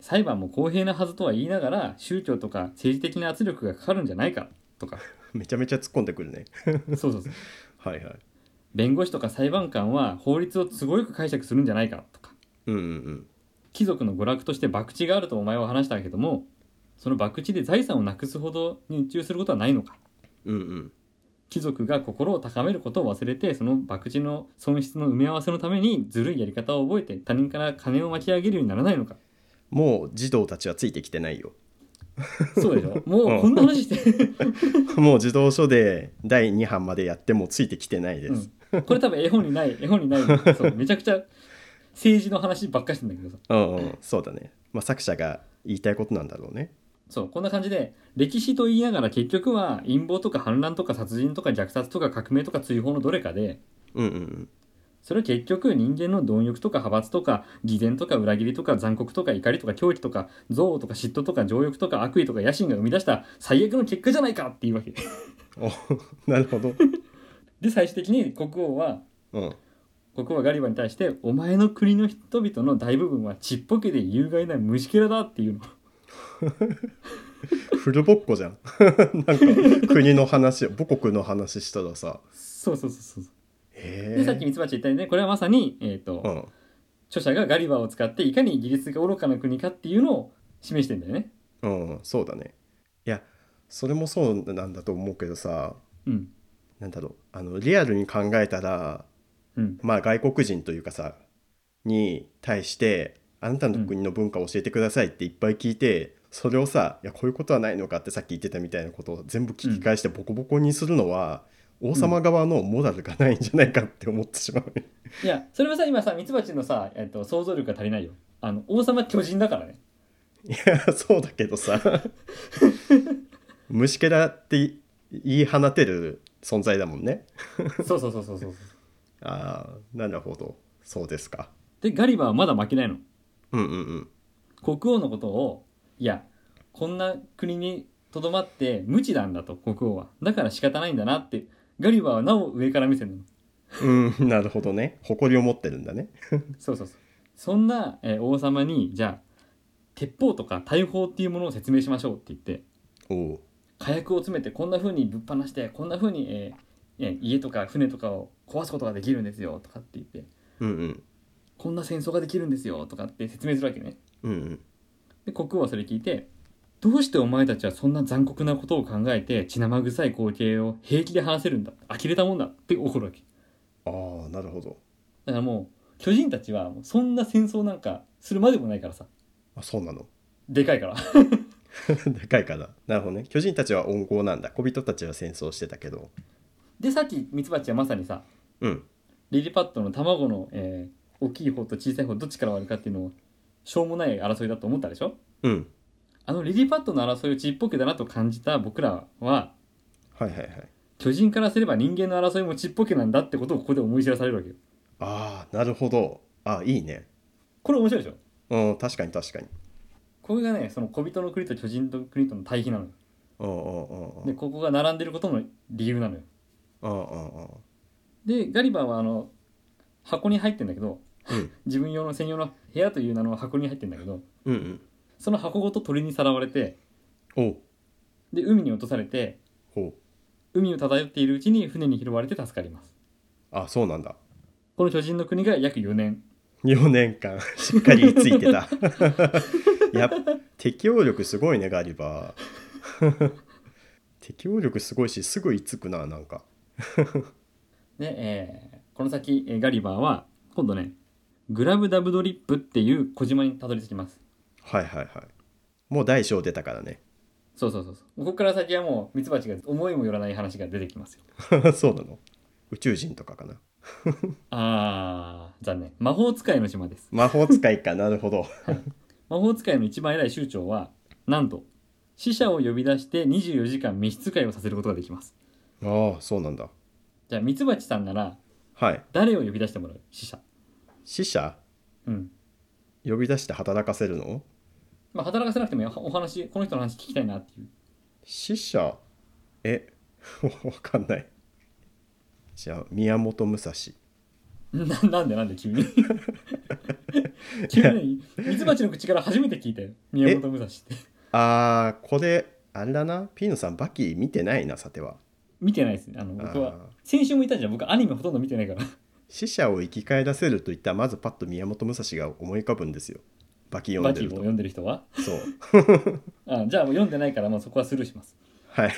[SPEAKER 2] 裁判も公平なはずとは言いながら宗教とか政治的な圧力がかかるんじゃないかとか
[SPEAKER 1] めちゃめちゃ突っ込んでくるね
[SPEAKER 2] そうそうそう
[SPEAKER 1] はいはい
[SPEAKER 2] 弁護士とか裁判官は法律を都合よく解釈するんじゃないかとか
[SPEAKER 1] うんうんうん
[SPEAKER 2] 貴族の娯楽として博打があるとお前は話したけどもその博打で財産をなくすほどに熱中することはないのか
[SPEAKER 1] うんうん
[SPEAKER 2] 貴族が心を高めることを忘れてその博打の損失の埋め合わせのためにずるいやり方を覚えて他人から金を巻き上げるようにならないのか
[SPEAKER 1] もう児童たちはついてきてないよ (laughs)
[SPEAKER 2] そうでしょもうこんな話して
[SPEAKER 1] もう児童書で第2版までやってもついてきてないです、
[SPEAKER 2] うん、これ多分絵本にない絵本にないそうめちゃくちゃ政治の話ばっかりしてんだけどさ
[SPEAKER 1] うん、うんそうだね、まあ、作者が言いたいことなんだろうね
[SPEAKER 2] そうこんな感じで歴史と言いながら結局は陰謀とか反乱とか殺人とか虐殺とか革命とか追放のどれかで
[SPEAKER 1] うんうんうん
[SPEAKER 2] それは結局人間の貪欲とか派閥とか偽善とか裏切りとか残酷とか怒りとか狂気とか憎悪とか嫉妬とか情欲とか悪意とか野心が生み出した最悪の結果じゃないかっていうわけ
[SPEAKER 1] おなるほど、
[SPEAKER 2] で最終的に国王は
[SPEAKER 1] うん、
[SPEAKER 2] 国王はガリバに対して「お前の国の人々の大部分はちっぽけで有害な虫けらだ」っていうの
[SPEAKER 1] フルボッコじゃん (laughs) なんか国の話母国の話したらさ
[SPEAKER 2] そうそうそうそう
[SPEAKER 1] へえ
[SPEAKER 2] でさっきミツバチ言ったようにねこれはまさに、えーと
[SPEAKER 1] うん
[SPEAKER 2] 著者がガリバーを使っていかにイギリスが愚かな国かっていうのを示してんだよね。
[SPEAKER 1] うんそうだねいやそれもそうなんだと思うけどさ
[SPEAKER 2] うん
[SPEAKER 1] なんだろうあのリアルに考えたら
[SPEAKER 2] うん、
[SPEAKER 1] まあ外国人というかさに対してあなたの国の文化を教えてくださいっていっぱい聞いて、それをさいやこういうことはないのかってさっき言ってたみたいなことを全部聞き返してボコボコにするのは、王様側のモラルがないんじゃないかって思ってしまう (laughs) ね、
[SPEAKER 2] いやそれはさ今さミツバチのさ、えっと想像力が足りないよあの王様巨人だから
[SPEAKER 1] (laughs)
[SPEAKER 2] ね
[SPEAKER 1] いやそうだけどさ虫けらって言い放てる存在だもんね
[SPEAKER 2] そうそうそうそうそう
[SPEAKER 1] ああなるほどそうですか
[SPEAKER 2] でガリバーはまだ負けないの
[SPEAKER 1] うんうんうん
[SPEAKER 2] 国王のことをいやこんな国にとどまって無知なんだと国王はだから仕方ないんだなってガリバーはなお上から見せるの
[SPEAKER 1] うん、なるほどね誇りを持ってるんだね
[SPEAKER 2] そうそうそうそんな、えー王様にじゃあ鉄砲とか大砲っていうものを説明しましょうって言って
[SPEAKER 1] おう
[SPEAKER 2] 火薬を詰めてこんな風にぶっ放してこんな風に、えーえー家とか船とかを壊すことができるんですよとかって言って
[SPEAKER 1] うんうん
[SPEAKER 2] こんな戦争ができるんですよとかって説明するわけね
[SPEAKER 1] うんうん
[SPEAKER 2] で国王はそれ聞いてどうしてお前たちはそんな残酷なことを考えて血生臭い光景を平気で話せるんだ呆れたもんだって怒るわけ
[SPEAKER 1] ああなるほど
[SPEAKER 2] だからもう巨人たちはもうそんな戦争なんかするまでもないからさ
[SPEAKER 1] あそうなの (laughs)
[SPEAKER 2] でかいから
[SPEAKER 1] でかいからなるほどね巨人たちは温厚なんだ小人たちは戦争してたけど
[SPEAKER 2] でさっきミツバチはまさにさ
[SPEAKER 1] うん
[SPEAKER 2] リリパットの卵の、えー大きい方と小さい方どっちから割るかっていうのをしょうもない争いだと思ったでしょ
[SPEAKER 1] うん
[SPEAKER 2] あのリリパットの争いをちっぽけだなと感じた僕らは
[SPEAKER 1] はいはいはい
[SPEAKER 2] 巨人からすれば人間の争いもちっぽけなんだってことをここで思い知らされるわけよ
[SPEAKER 1] ああなるほどあいいね
[SPEAKER 2] これ面白いでしょ
[SPEAKER 1] うん確かに確かに
[SPEAKER 2] これがねその小人の国と巨人の国との対比なのよ
[SPEAKER 1] うんうんうんうん
[SPEAKER 2] でここが並んでることの理由なのよ
[SPEAKER 1] うんうんうん
[SPEAKER 2] でガリバーはあの箱に入ってんだけど、
[SPEAKER 1] うん
[SPEAKER 2] (laughs) 自分用の専用の部屋という名の箱に入ってんだけど
[SPEAKER 1] うんうん
[SPEAKER 2] その箱ごと鳥にさらわれて
[SPEAKER 1] おう
[SPEAKER 2] で海に落とされて
[SPEAKER 1] ほう
[SPEAKER 2] 海を漂っているうちに船に拾われて助かります
[SPEAKER 1] あそうなんだ
[SPEAKER 2] この巨人の国が約4年
[SPEAKER 1] 4年間 (laughs) しっかりついてた (laughs) やっ適応力すごいねガリバー (laughs) 適応力すごいしすぐいつくななんか
[SPEAKER 2] で、えーこの先、えーガリバーは今度ねグラブダブドリップっていう小島にたどり着きます
[SPEAKER 1] はいはいはいもう大小出たからね
[SPEAKER 2] そうそうそうそうここから先はもうミツバチが思いもよらない話が出てきますよ
[SPEAKER 1] (laughs) そうなの宇宙人とかかな
[SPEAKER 2] あー残念魔法使いの島です
[SPEAKER 1] 魔法使いかなるほど
[SPEAKER 2] 魔法使いの一番偉い酋長はなんと死者を呼び出して24時間密室会をさせることができます
[SPEAKER 1] (laughs) ああそうなんだ
[SPEAKER 2] じゃあミツバチさんなら
[SPEAKER 1] はい
[SPEAKER 2] 誰を呼び出してもらう死者
[SPEAKER 1] 死者
[SPEAKER 2] うん
[SPEAKER 1] 呼び出して働かせるの
[SPEAKER 2] まあ働かせなくてもお話この人の話聞きたいなっていう
[SPEAKER 1] 死者え (laughs) わかんないじゃあ宮本武蔵
[SPEAKER 2] (laughs) ななんでなんで急に急にミツバチの口から初めて聞いたよ宮本武蔵って
[SPEAKER 1] あーこれあれだなピーノさんバキ見てないなさては
[SPEAKER 2] 見てないですねあの僕
[SPEAKER 1] あー
[SPEAKER 2] は先週も言ったじゃん僕アニメほとんど見てないから
[SPEAKER 1] 死者を生き返らせるといったらまずパッと宮本武蔵が思い浮かぶんですよバキ読
[SPEAKER 2] バ
[SPEAKER 1] んで
[SPEAKER 2] キを
[SPEAKER 1] ると
[SPEAKER 2] 読んでる人は
[SPEAKER 1] そう
[SPEAKER 2] あじゃあもう読んでないからまあそこはスルーします
[SPEAKER 1] はいい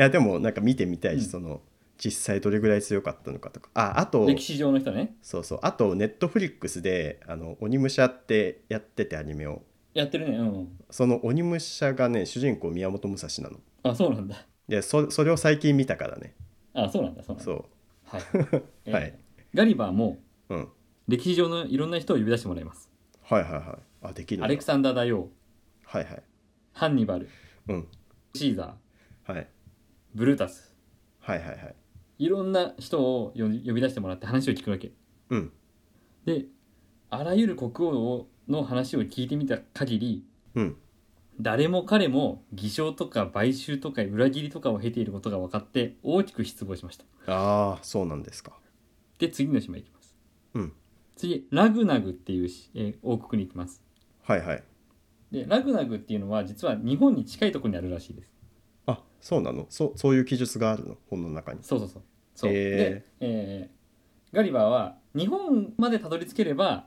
[SPEAKER 1] やでもなんか見てみたいし、
[SPEAKER 2] うん
[SPEAKER 1] その実際どれぐらい強かったのかとかああと
[SPEAKER 2] 歴史上の人ね
[SPEAKER 1] そうそうあとネットフリックスで「あの鬼武者」ってやっててアニメを
[SPEAKER 2] やってるねうん
[SPEAKER 1] その鬼武者がね主人公宮本武蔵なの
[SPEAKER 2] あそうなんだ
[SPEAKER 1] でそそれを最近見たからね
[SPEAKER 2] あそうなんだそうなんだ
[SPEAKER 1] そ
[SPEAKER 2] はい、えー
[SPEAKER 1] (laughs) はい
[SPEAKER 2] ガリバーも
[SPEAKER 1] ううん
[SPEAKER 2] 歴史上のいろんな人を呼び出してもらいます
[SPEAKER 1] はいはいはいあできるんだ
[SPEAKER 2] アレクサンダー大王
[SPEAKER 1] はいはい
[SPEAKER 2] ハンニバル
[SPEAKER 1] うん
[SPEAKER 2] シーザー
[SPEAKER 1] はい
[SPEAKER 2] ブルータス
[SPEAKER 1] はいはいはい
[SPEAKER 2] いろんな人を呼び呼び出してもらって話を聞くわけ
[SPEAKER 1] うん
[SPEAKER 2] であらゆる国王の話を聞いてみた限り
[SPEAKER 1] うん
[SPEAKER 2] 誰も彼も偽証とか買収とか裏切りとかを経ていることが分かって大きく失望しました
[SPEAKER 1] ああそうなんですか
[SPEAKER 2] で次の島行きます
[SPEAKER 1] うん
[SPEAKER 2] 次ラグナグっていうし、えー王国に行きます
[SPEAKER 1] はいはい
[SPEAKER 2] でラグナグっていうのは実は日本に近いところにあるらしいです
[SPEAKER 1] あそうなのそそういう記述があるの本の中に
[SPEAKER 2] そうそうそうそう、
[SPEAKER 1] へー
[SPEAKER 2] で、えーガリバーは日本までたどり着ければ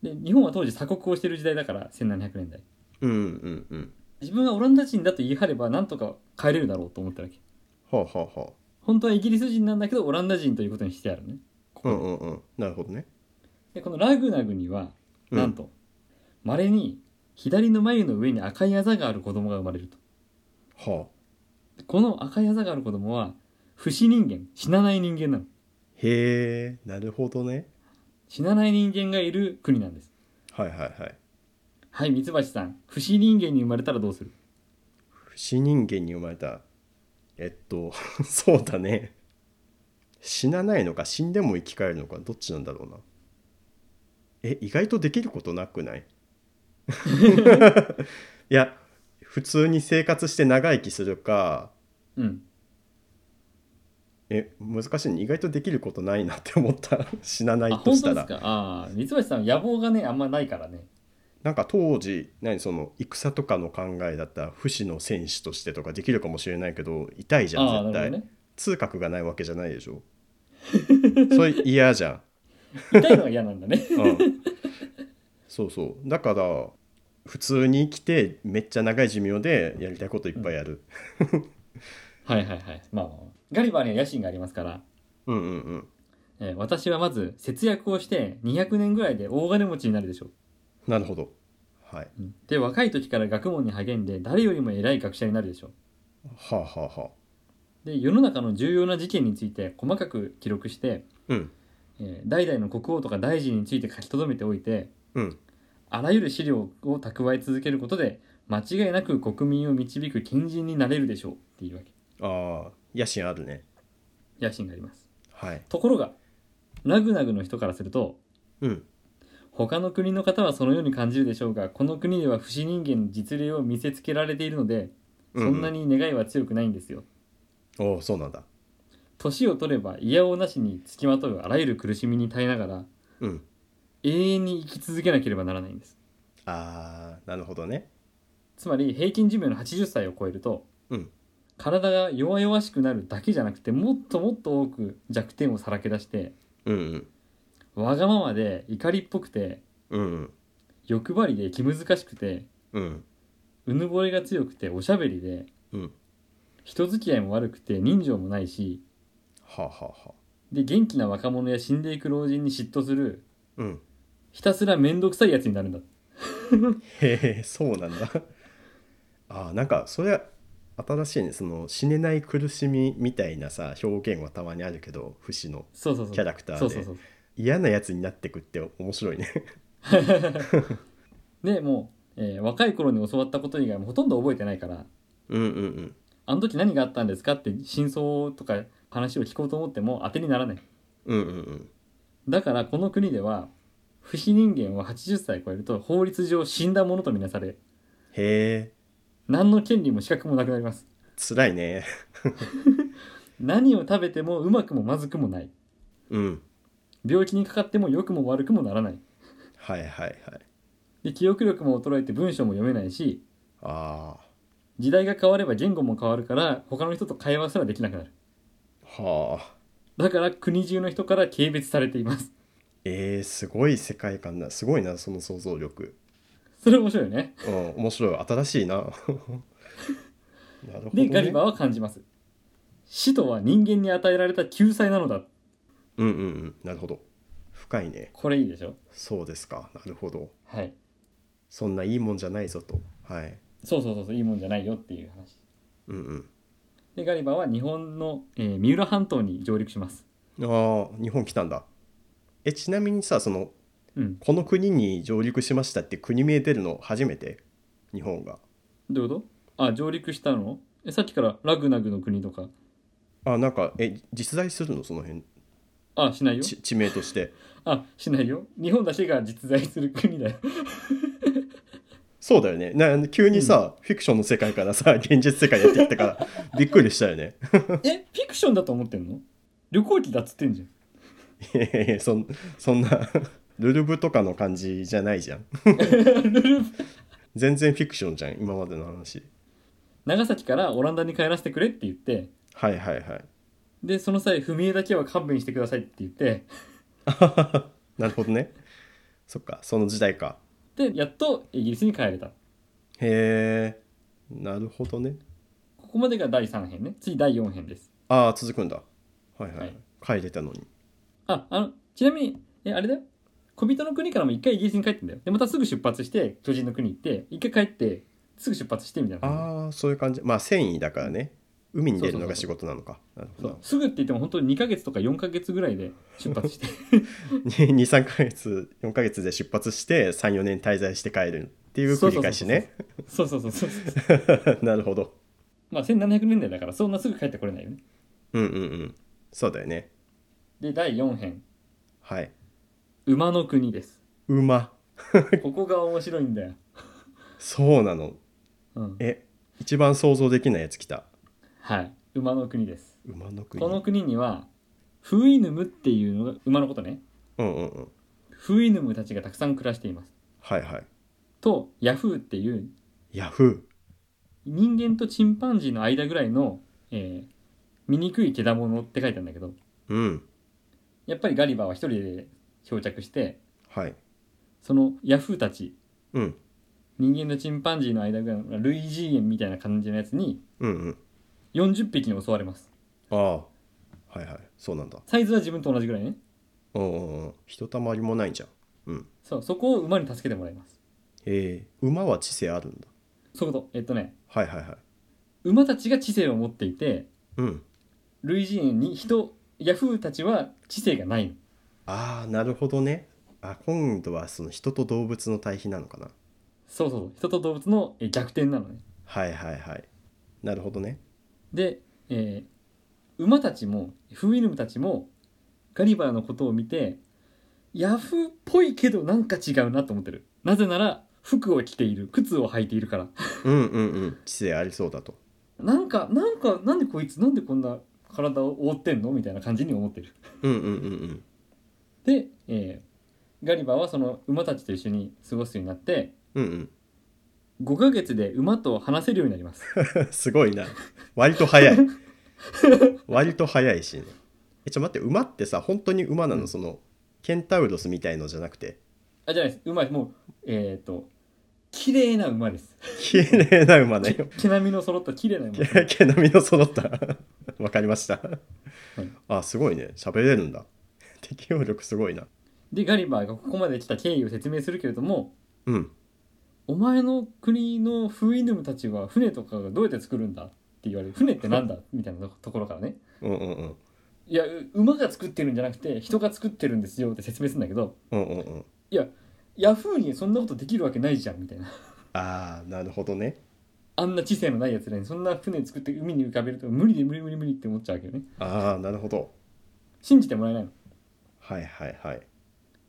[SPEAKER 2] で日本は当時鎖国をしてる時代だから1700年代
[SPEAKER 1] うんうんうん
[SPEAKER 2] 自分はオランダ人だと言い張ればなんとか帰れるだろうと思ったわけ
[SPEAKER 1] はあはあはあ
[SPEAKER 2] 本当はイギリス人なんだけどオランダ人ということにしてあるねここ
[SPEAKER 1] う
[SPEAKER 2] で,、
[SPEAKER 1] んうんうんなるほどね
[SPEAKER 2] でこのラグナグには
[SPEAKER 1] うん
[SPEAKER 2] なんとまれ、稀に左の眉の上に赤いあざがある子供が生まれると
[SPEAKER 1] はあ
[SPEAKER 2] でこの赤いあざがある子供は不死人間死なない人間なの
[SPEAKER 1] へえなるほどね
[SPEAKER 2] 死なない人間がいる国なんです
[SPEAKER 1] はいはいはい
[SPEAKER 2] はい、ミツバチさん。不死人間に生まれたらどうする
[SPEAKER 1] 不死人間に生まれたえっと (laughs) そうだね死なないのか死んでも生き返るのかどっちなんだろうなえ意外とできることなくない (laughs) いや普通に生活して長生きするか
[SPEAKER 2] うん。
[SPEAKER 1] え難しいね意外とできることないなって思った (laughs) 死なない
[SPEAKER 2] あ
[SPEAKER 1] と
[SPEAKER 2] 本
[SPEAKER 1] した
[SPEAKER 2] 当です
[SPEAKER 1] ら
[SPEAKER 2] かああ三橋さん野望がねあんまないからね
[SPEAKER 1] なんか当時何その戦とかの考えだったら不死の戦士としてとかできるかもしれないけど痛いじゃ
[SPEAKER 2] ああ
[SPEAKER 1] ん絶
[SPEAKER 2] なるほ
[SPEAKER 1] 対、
[SPEAKER 2] どね
[SPEAKER 1] 痛覚がないわけじゃないでしょそれ嫌じゃん
[SPEAKER 2] 痛いのが嫌なんだね (laughs)
[SPEAKER 1] うん、そうそうだから普通に生きてめっちゃ長い寿命でやりたいこといっぱいやる、
[SPEAKER 2] はいはいはい、まあまあまあ、ガリバーには野心がありますから、
[SPEAKER 1] うん、うんうん
[SPEAKER 2] えー私はまず節約をして200年ぐらいで大金持ちになるでしょう
[SPEAKER 1] なるほどはい
[SPEAKER 2] で若い時から学問に励んで誰よりも偉い学者になるでしょう
[SPEAKER 1] はあはあはあ
[SPEAKER 2] で世の中の重要な事件について細かく記録して、
[SPEAKER 1] うん
[SPEAKER 2] えー代々の国王とか大臣について書き留めておいて
[SPEAKER 1] うん
[SPEAKER 2] あらゆる資料を蓄え続けることで間違いなく国民を導く賢人になれるでしょうっていうわけ
[SPEAKER 1] ああ野心あるね
[SPEAKER 2] 野心があります
[SPEAKER 1] はい
[SPEAKER 2] ところがラグナグの人からすると
[SPEAKER 1] うん
[SPEAKER 2] 他の国の方はそのように感じるでしょうがこの国では不死人間の実例を見せつけられているのでそんな
[SPEAKER 1] に
[SPEAKER 2] に願いは強くないんですよ、
[SPEAKER 1] おおそうなんだ
[SPEAKER 2] 年を取れば嫌おなしにつきまとうあらゆる苦しみに耐えながら
[SPEAKER 1] うん
[SPEAKER 2] 永遠に生き続けなければならないんです
[SPEAKER 1] あーなるほどね
[SPEAKER 2] つまり平均寿命の80歳を超えると、
[SPEAKER 1] うん
[SPEAKER 2] 体が弱々しくなるだけじゃなくてもっともっと多く弱点をさらけ出して
[SPEAKER 1] うんうん
[SPEAKER 2] わがままで怒りっぽくて
[SPEAKER 1] うん
[SPEAKER 2] 欲張りで気難しくて
[SPEAKER 1] うんうん
[SPEAKER 2] うぬぼれが強くておしゃべりで
[SPEAKER 1] うん
[SPEAKER 2] 人付き合いも悪くて人情もないし
[SPEAKER 1] はあはあはあ
[SPEAKER 2] で元気な若者や死んでいく老人に嫉妬する
[SPEAKER 1] うん
[SPEAKER 2] ひたすら面倒くさいやつになるんだ
[SPEAKER 1] へえそうなんだ (laughs) あーなんかそれは新しいねその死ねない苦しみみたいなさ表現はたまにあるけど不死の
[SPEAKER 2] そうそうそう
[SPEAKER 1] キャラクターで
[SPEAKER 2] そうそうそう
[SPEAKER 1] 嫌なやつになってくって面白いね
[SPEAKER 2] でもう、えー若い頃に教わったこと以外もほとんど覚えてないから
[SPEAKER 1] うんうんうん
[SPEAKER 2] あの時何があったんですかって真相とか話を聞こうと思っても当てにならない
[SPEAKER 1] うんうんうん
[SPEAKER 2] だからこの国では不死人間は80歳超えると法律上死んだものとみなされ
[SPEAKER 1] へえ
[SPEAKER 2] 何の権利も資格もなくなります
[SPEAKER 1] 辛いね
[SPEAKER 2] 何を食べてもうまくもまずくもない
[SPEAKER 1] うん
[SPEAKER 2] 病気にかかっても良くも悪くもならない
[SPEAKER 1] はいはいはい
[SPEAKER 2] で記憶力も衰えて文章も読めないし
[SPEAKER 1] あ
[SPEAKER 2] 時代が変われば言語も変わるから他の人と会話すらできなくなる
[SPEAKER 1] ーはあ
[SPEAKER 2] だから国中の人から軽蔑されています
[SPEAKER 1] えー、すごい世界観だすごいなその想像力
[SPEAKER 2] それ面白いよね
[SPEAKER 1] うん面白い新しいな (laughs) なるほど、
[SPEAKER 2] で
[SPEAKER 1] ね、
[SPEAKER 2] ガリバーは感じます死とは人間に与えられた救済なのだ
[SPEAKER 1] うんうんうんなるほど深いね
[SPEAKER 2] これいいでしょ
[SPEAKER 1] そうですかなるほど
[SPEAKER 2] はい
[SPEAKER 1] そんないいもんじゃないぞとはい
[SPEAKER 2] そうそうそうそういいもんじゃないよっていう話
[SPEAKER 1] うん
[SPEAKER 2] でガリバーは日本の、えー三浦半島に上陸します
[SPEAKER 1] うんああ日本来たんだえちなみにさその
[SPEAKER 2] うん
[SPEAKER 1] この国に上陸しましたって国名出るの初めて日本が
[SPEAKER 2] どういうことあ上陸したのえさっきからラグナグの国とか
[SPEAKER 1] あなんかえ実在するのその辺
[SPEAKER 2] あしないよ
[SPEAKER 1] ち地名として
[SPEAKER 2] あしないよ日本だけが実在する国 (laughs) だよ
[SPEAKER 1] そうだよねな急にさ、フィクションの世界からさ現実世界やってきたからびっくりしたよね
[SPEAKER 2] えフィクションだと思ってんの旅行機だっつってんじゃん
[SPEAKER 1] いやいやいやそんそんな (laughs) ルルブとかの感じじゃないじゃん全然フィクションじゃん今までの話
[SPEAKER 2] 長崎からオランダに帰らせてくれって言って
[SPEAKER 1] はいはいはい
[SPEAKER 2] でその際踏み絵だけは勘弁してくださいって言って
[SPEAKER 1] なるほどねそっかその時代か
[SPEAKER 2] でやっとイギリスに帰れた
[SPEAKER 1] へえなるほどね
[SPEAKER 2] ここまでが第3編ね次第4編です
[SPEAKER 1] ああ続くんだはいはい、
[SPEAKER 2] はい
[SPEAKER 1] 帰れたのに
[SPEAKER 2] ああのちなみにえあれだよ小人の国からも一回イギリスに帰ってんだよでまたすぐ出発して巨人の国行って一回帰ってすぐ出発してみたいな感
[SPEAKER 1] ああそういう感じまあ繊維だからね海に出るのが
[SPEAKER 2] そ
[SPEAKER 1] 仕
[SPEAKER 2] う
[SPEAKER 1] 事なのかなる
[SPEAKER 2] じ
[SPEAKER 1] ほ (laughs)
[SPEAKER 2] そう
[SPEAKER 1] ど
[SPEAKER 2] すぐって言っても本当に2ヶ月とか4ヶ月ぐらいで出発
[SPEAKER 1] (laughs)
[SPEAKER 2] して
[SPEAKER 1] 23ヶ月4ヶ月で出発して34年滞在して帰るっていう繰り返しね
[SPEAKER 2] そうそうそうそうそう
[SPEAKER 1] (laughs) なるほど
[SPEAKER 2] まあ1700年代だからそんなすぐ帰ってこれないよね
[SPEAKER 1] うんうんうんそうだよね
[SPEAKER 2] で第4編
[SPEAKER 1] はい
[SPEAKER 2] 馬の国です
[SPEAKER 1] 馬
[SPEAKER 2] ここが面白いんだよ、
[SPEAKER 1] そうなの
[SPEAKER 2] うん、
[SPEAKER 1] え一番想像できないやつ来た
[SPEAKER 2] はい馬の国です
[SPEAKER 1] 馬の国
[SPEAKER 2] この国にはフイヌムっていうのが馬のことね
[SPEAKER 1] うんうんうん
[SPEAKER 2] フイヌムたちがたくさん暮らしています
[SPEAKER 1] はいはい
[SPEAKER 2] とヤフーっていう
[SPEAKER 1] ヤフ
[SPEAKER 2] 人間とチンパンジーの間ぐらいの、えー醜い獣って書いてあるんだけど
[SPEAKER 1] ーうん
[SPEAKER 2] やっぱりガリバーは一人で漂着して
[SPEAKER 1] はい
[SPEAKER 2] そのヤフーたち
[SPEAKER 1] うん
[SPEAKER 2] 人間とチンパンジーの間ぐらいの類人猿みたいな感じのやつに
[SPEAKER 1] うんうん
[SPEAKER 2] 40匹に襲われます
[SPEAKER 1] ああはいはいそうなんだ
[SPEAKER 2] サイズは自分と同じぐらいね
[SPEAKER 1] うんうんうんひとたまりもないじゃんうん
[SPEAKER 2] そうそこを馬に助けてもらいます
[SPEAKER 1] えー、馬は知性あるんだ
[SPEAKER 2] そういうことえっとね
[SPEAKER 1] はいはいはい
[SPEAKER 2] 馬たちが知性を持っていて
[SPEAKER 1] うん
[SPEAKER 2] 類人猿に人ヤフーたちは知性がないの
[SPEAKER 1] ああなるほどねあ今度はその人と動物の対比なのかな
[SPEAKER 2] そうそうそう人と動物のえー逆転なのね
[SPEAKER 1] はいはいはいなるほどね
[SPEAKER 2] で、えー馬たちもフーイルムたちもガリバーのことを見てヤフーっぽいけどなんか違うなと思ってるなぜなら服を着ている靴を履いているから
[SPEAKER 1] うんうんうん知性ありそうだと
[SPEAKER 2] なんかなんかなんでこいつなんでこんな体を覆ってんのみたいな感じに思ってる
[SPEAKER 1] うんうんうんうん
[SPEAKER 2] で、えーガリバーはその馬たちと一緒に過ごすようになって
[SPEAKER 1] うん
[SPEAKER 2] 5ヶ月で馬と話せるようになります
[SPEAKER 1] うんすごいな割と早い割と早いしねえちょ待って馬ってさ本当に馬なの、
[SPEAKER 2] うん
[SPEAKER 1] そのケンタウロスみたいのじゃなくて
[SPEAKER 2] あじゃないです馬もうえっ、と綺麗な馬です
[SPEAKER 1] 綺麗な馬だよ
[SPEAKER 2] 毛並みの揃った綺麗な馬
[SPEAKER 1] 毛並みの揃った (laughs) わかりました、
[SPEAKER 2] い
[SPEAKER 1] あすごいね喋れるんだ適応力すごいな
[SPEAKER 2] でガリバーがここまで来た経緯を説明するけれども
[SPEAKER 1] うん
[SPEAKER 2] 「お前の国のフーイヌムたちは船とかがどうやって作るんだ?」って言われる「船ってなんだ?」みたいなところからね
[SPEAKER 1] うんうんうん
[SPEAKER 2] 「いやう馬が作ってるんじゃなくて人が作ってるんですよ」って説明するんだけど
[SPEAKER 1] うんうんうん
[SPEAKER 2] 「ヤフーにそんなことできるわけないじゃん」みたいな
[SPEAKER 1] ああなるほどね
[SPEAKER 2] あんな知性のないやつらにそんな船作って海に浮かべると無理で無理無理無理って思っちゃうわけどね
[SPEAKER 1] ああなるほど
[SPEAKER 2] 信じてもらえないの
[SPEAKER 1] はいはいはい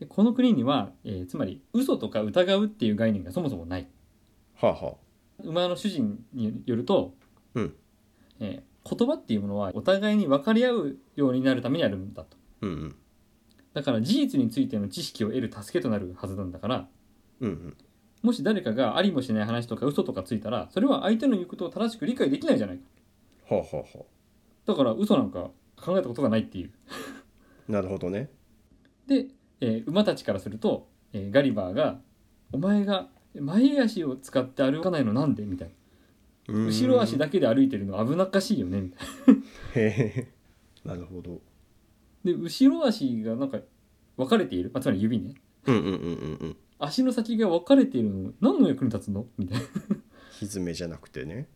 [SPEAKER 2] でこの国には、えーつまり嘘とか疑うっていう概念がそもそもない
[SPEAKER 1] はあは
[SPEAKER 2] 馬の主人によると、
[SPEAKER 1] うん
[SPEAKER 2] えー言葉っていうものはお互いに分かり合うようになるためにあるんだと
[SPEAKER 1] うんうん
[SPEAKER 2] だから事実についての知識を得る助けとなるはずなんだから
[SPEAKER 1] うんうん
[SPEAKER 2] もし誰かがありもしない話とか嘘とかついたらそれは相手の言うことを正しく理解できないじゃないか
[SPEAKER 1] はあはあは
[SPEAKER 2] だから嘘なんか考えたことがないっていう
[SPEAKER 1] あなるほどね
[SPEAKER 2] で、えー馬たちからすると、えーガリバーが「お前が前足を使って歩かないのなんで?」みたいな「後ろ足
[SPEAKER 1] だ
[SPEAKER 2] だけで歩いてるの危なっかしいよね」みたいな
[SPEAKER 1] へえなるほど
[SPEAKER 2] で後ろ足がなんか分かれている、まあ、つまり指ね
[SPEAKER 1] うんうんうんうんうん
[SPEAKER 2] 足の先が分かれているの何の役に立つのみたいな
[SPEAKER 1] ひずめじゃなくてね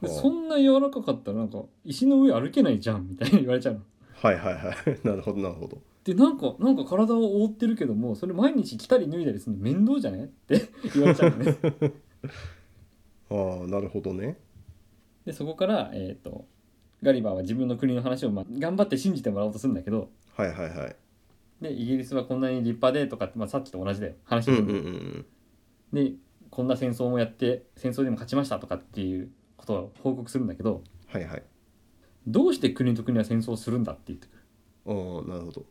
[SPEAKER 2] で
[SPEAKER 1] はあ
[SPEAKER 2] そんな柔らかかったらなんか石の上歩けないじゃんみたいな言われちゃうの
[SPEAKER 1] はいはいはい (laughs) なるほどなるほど
[SPEAKER 2] でなんかなんか体を覆ってるけどもそれ毎日着たり脱いだりするの面倒じゃねって言われちゃうの
[SPEAKER 1] (laughs)
[SPEAKER 2] ね
[SPEAKER 1] ああなるほどね
[SPEAKER 2] でそこからえっ、とガリバーは自分の国の話を、まあ、頑張って信じてもらおうとするんだけど
[SPEAKER 1] はいはいはい
[SPEAKER 2] でイギリスはこんなに立派でとかって、まあ、さっきと同じだよ話
[SPEAKER 1] う
[SPEAKER 2] して
[SPEAKER 1] ん
[SPEAKER 2] る
[SPEAKER 1] うんん
[SPEAKER 2] だ
[SPEAKER 1] う
[SPEAKER 2] よ
[SPEAKER 1] んうん
[SPEAKER 2] でこんな戦争もやって戦争でも勝ちましたとかっていうことを報告するんだけど
[SPEAKER 1] はいはい
[SPEAKER 2] どうして国と国は戦争をするんだって言ってくる
[SPEAKER 1] ああなるほど
[SPEAKER 2] っ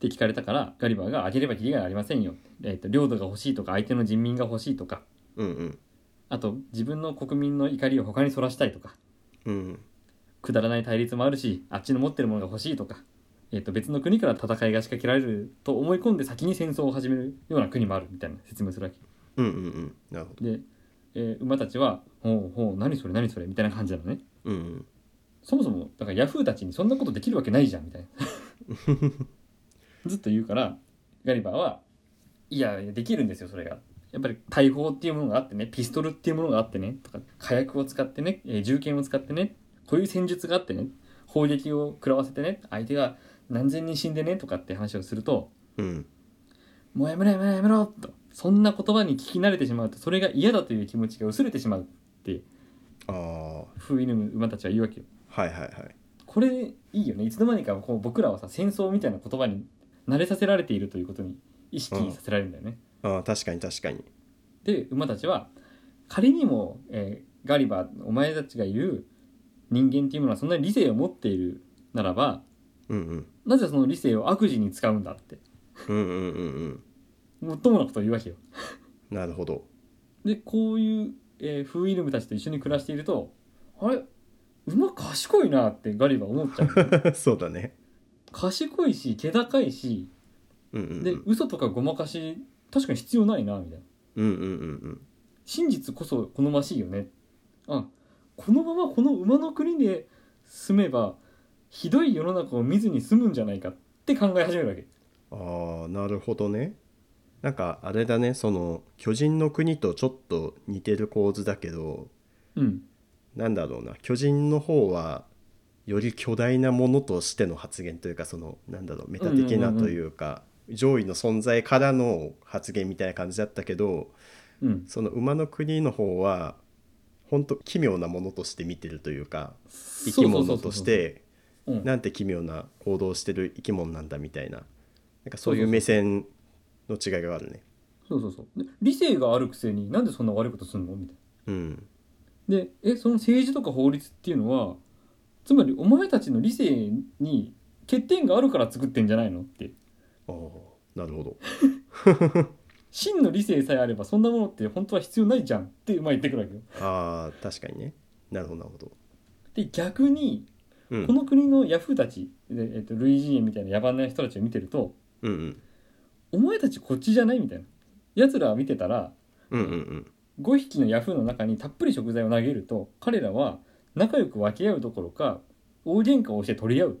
[SPEAKER 2] て聞かれたからガリバーがあげればきりがありませんよ、えー、と領土が欲しいとか相手の人民が欲しいとか
[SPEAKER 1] うんうん
[SPEAKER 2] あと自分の国民の怒りを他にそらしたいとか
[SPEAKER 1] うん
[SPEAKER 2] くだらない対立もあるしあっちの持ってるものが欲しいとか、えー、と別の国から戦いが仕掛けられると思い込んで先に戦争を始めるような国もあるみたいな説明するわけ
[SPEAKER 1] うんうんうんなるほど
[SPEAKER 2] で、えー馬たちは「ほうほう何それ何それ」みたいな感じなのね
[SPEAKER 1] うんうん
[SPEAKER 2] そもそもだからヤフーたちにそんなことできるわけないじゃんみたいなずっと言うからガリバーはいやいやできるんですよそれがやっぱり大砲っていうものがあってねピストルっていうものがあってねとか火薬を使ってね、えー銃剣を使ってねこういう戦術があってね砲撃を食らわせてね相手が何千人死んでねとかって話をすると
[SPEAKER 1] うん
[SPEAKER 2] もうやめろやめろやめろとそんな言葉に聞き慣れてしまうとそれが嫌だという気持ちが薄れてしまうって
[SPEAKER 1] ああは
[SPEAKER 2] フーイヌム馬たちは言うわけよ
[SPEAKER 1] いはいはい
[SPEAKER 2] これいいよねいつの間にかこう僕らはさ戦争みたいな言葉に慣れさせられているということに意識させられるんだよね、
[SPEAKER 1] ああ確かに確かに
[SPEAKER 2] で馬たちは仮にも、えーガリバーお前たちが言う人間っていうものはそんなに理性を持っているならば
[SPEAKER 1] うんうん
[SPEAKER 2] なぜその理性を悪事に使うんだって
[SPEAKER 1] うんうんうんうん
[SPEAKER 2] もっともなことを言うわけよ。
[SPEAKER 1] なるほど (laughs)
[SPEAKER 2] でこういう、えー、フーイルムたちと一緒に暮らしているとあれ馬賢いなってガリバ思っちゃう
[SPEAKER 1] そうだね
[SPEAKER 2] 賢いし気高いし
[SPEAKER 1] うんうんうん
[SPEAKER 2] で嘘とかごまかし確かに必要ないなみたいな
[SPEAKER 1] うんうんうん
[SPEAKER 2] 真実こそ好ましいよねあこのままこの馬の国で住めばひどい世の中を見ずに済むんじゃないかって考え始めるわけ
[SPEAKER 1] うんああなるほどねなんかあれだねその巨人の国とちょっと似てる構図だけど
[SPEAKER 2] うん
[SPEAKER 1] なんだろうな巨人の方はより巨大なものとしての発言というかそのなんだろうメタ的なというか、上位の存在からの発言みたいな感じだったけど
[SPEAKER 2] うん
[SPEAKER 1] その馬の国の方は本当奇妙なものとして見てるというか生き物として
[SPEAKER 2] そうそうそうそううん
[SPEAKER 1] なんて奇妙な行動をしてる生き物なんだみたいななんかそういう目線の違いがあるね。
[SPEAKER 2] そうそうそうで理性があるくせになんでそんな悪いことすんのみたいな
[SPEAKER 1] うん、
[SPEAKER 2] でえその政治とか法律っていうのはつまりお前たちの理性に欠点があるから作ってんじゃないのって
[SPEAKER 1] ああなるほど。
[SPEAKER 2] 真の理性さえあればそんなものって本当は必要ないじゃんってまあ言ってくるわけよ
[SPEAKER 1] あー確かにね。なるほどなるほど。
[SPEAKER 2] で逆に
[SPEAKER 1] うん
[SPEAKER 2] この国のヤフーたち、でえっとルイジーエンみたいな野蛮な人たちを見てると
[SPEAKER 1] うんうん
[SPEAKER 2] お前たちこっちじゃないみたいなやつらは見てたら
[SPEAKER 1] うんうんうん
[SPEAKER 2] 5匹のヤフーの中にたっぷり食材を投げると彼らは仲良く分け合うどころか大喧嘩をして取り合う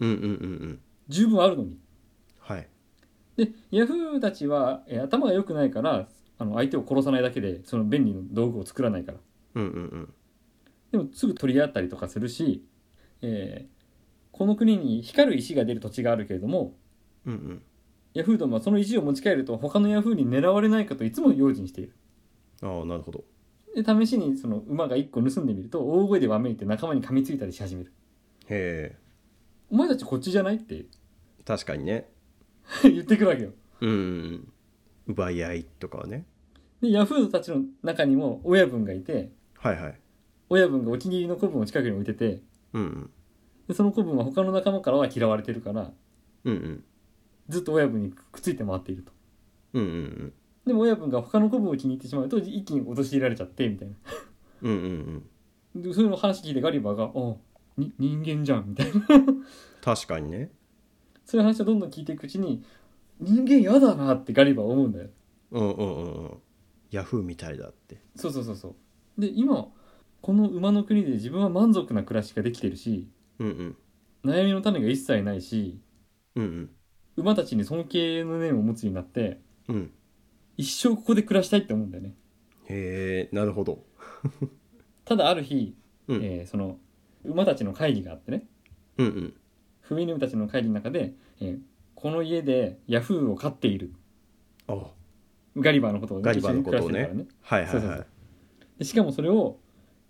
[SPEAKER 1] うんうんうんうん
[SPEAKER 2] 十分あるのに
[SPEAKER 1] はい。
[SPEAKER 2] でヤフーたちは、えー頭が良くないからあの相手を殺さないだけでその便利な道具を作らないから
[SPEAKER 1] うんうんうん
[SPEAKER 2] でもすぐ取り合ったりとかするし、えーこの国に光る石が出る土地があるけれども
[SPEAKER 1] うんうん。
[SPEAKER 2] ヤフーどもはその石を持ち帰ると他のヤフーに狙われないかといつも用心している
[SPEAKER 1] ああなるほど。
[SPEAKER 2] で試しにその馬が1個盗んでみると大声でわめいて仲間に噛みついたりし始める
[SPEAKER 1] へ
[SPEAKER 2] お前たちこっちじゃないって (laughs)
[SPEAKER 1] え確かにね。
[SPEAKER 2] 言ってくるわけよ
[SPEAKER 1] うん。奪い合いとかはね。
[SPEAKER 2] でヤフーたちの中にも親分がいて
[SPEAKER 1] はいはい。
[SPEAKER 2] 親分がお気に入りの子分を近くに置いてて
[SPEAKER 1] うん
[SPEAKER 2] でその子分は他の仲間からは嫌われてるから
[SPEAKER 1] うんうんうん
[SPEAKER 2] ずっと親分にくっついて回っていると
[SPEAKER 1] うんうん
[SPEAKER 2] でも親分が他の子分を気に入ってしまうと一気に陥られちゃってみたいな
[SPEAKER 1] うんうんうんうん
[SPEAKER 2] でそういうの話聞いてガリバーが「あに人間じゃん」みたいな
[SPEAKER 1] 確かにね。
[SPEAKER 2] そういう話をどんどん聞いていくうちに人間嫌だなってガリバーは思うんだよ
[SPEAKER 1] うんうんうんうん。ヤフーみたいだって。
[SPEAKER 2] そうそうそうそうで今この馬の国で自分は満足な暮らしができてるし
[SPEAKER 1] うんうん
[SPEAKER 2] 悩みの種が一切ないし
[SPEAKER 1] うん
[SPEAKER 2] 馬たちに尊敬の念を持つようになって
[SPEAKER 1] うんうん。
[SPEAKER 2] 一生ここで暮らしたいって思うんだよね
[SPEAKER 1] へえなるほど。
[SPEAKER 2] ただある日、
[SPEAKER 1] うん
[SPEAKER 2] えーその馬たちの会議があってね
[SPEAKER 1] うんうん
[SPEAKER 2] フミヌムたちの会議の中で、えーこの家でヤフーを飼っている
[SPEAKER 1] あ
[SPEAKER 2] ガリバーのことをね、
[SPEAKER 1] ガリバーのこと
[SPEAKER 2] 一緒
[SPEAKER 1] を
[SPEAKER 2] に暮らして
[SPEAKER 1] ね
[SPEAKER 2] るからね
[SPEAKER 1] はいはい
[SPEAKER 2] そうそ
[SPEAKER 1] は
[SPEAKER 2] うそ。
[SPEAKER 1] いう
[SPEAKER 2] でしかもそれを、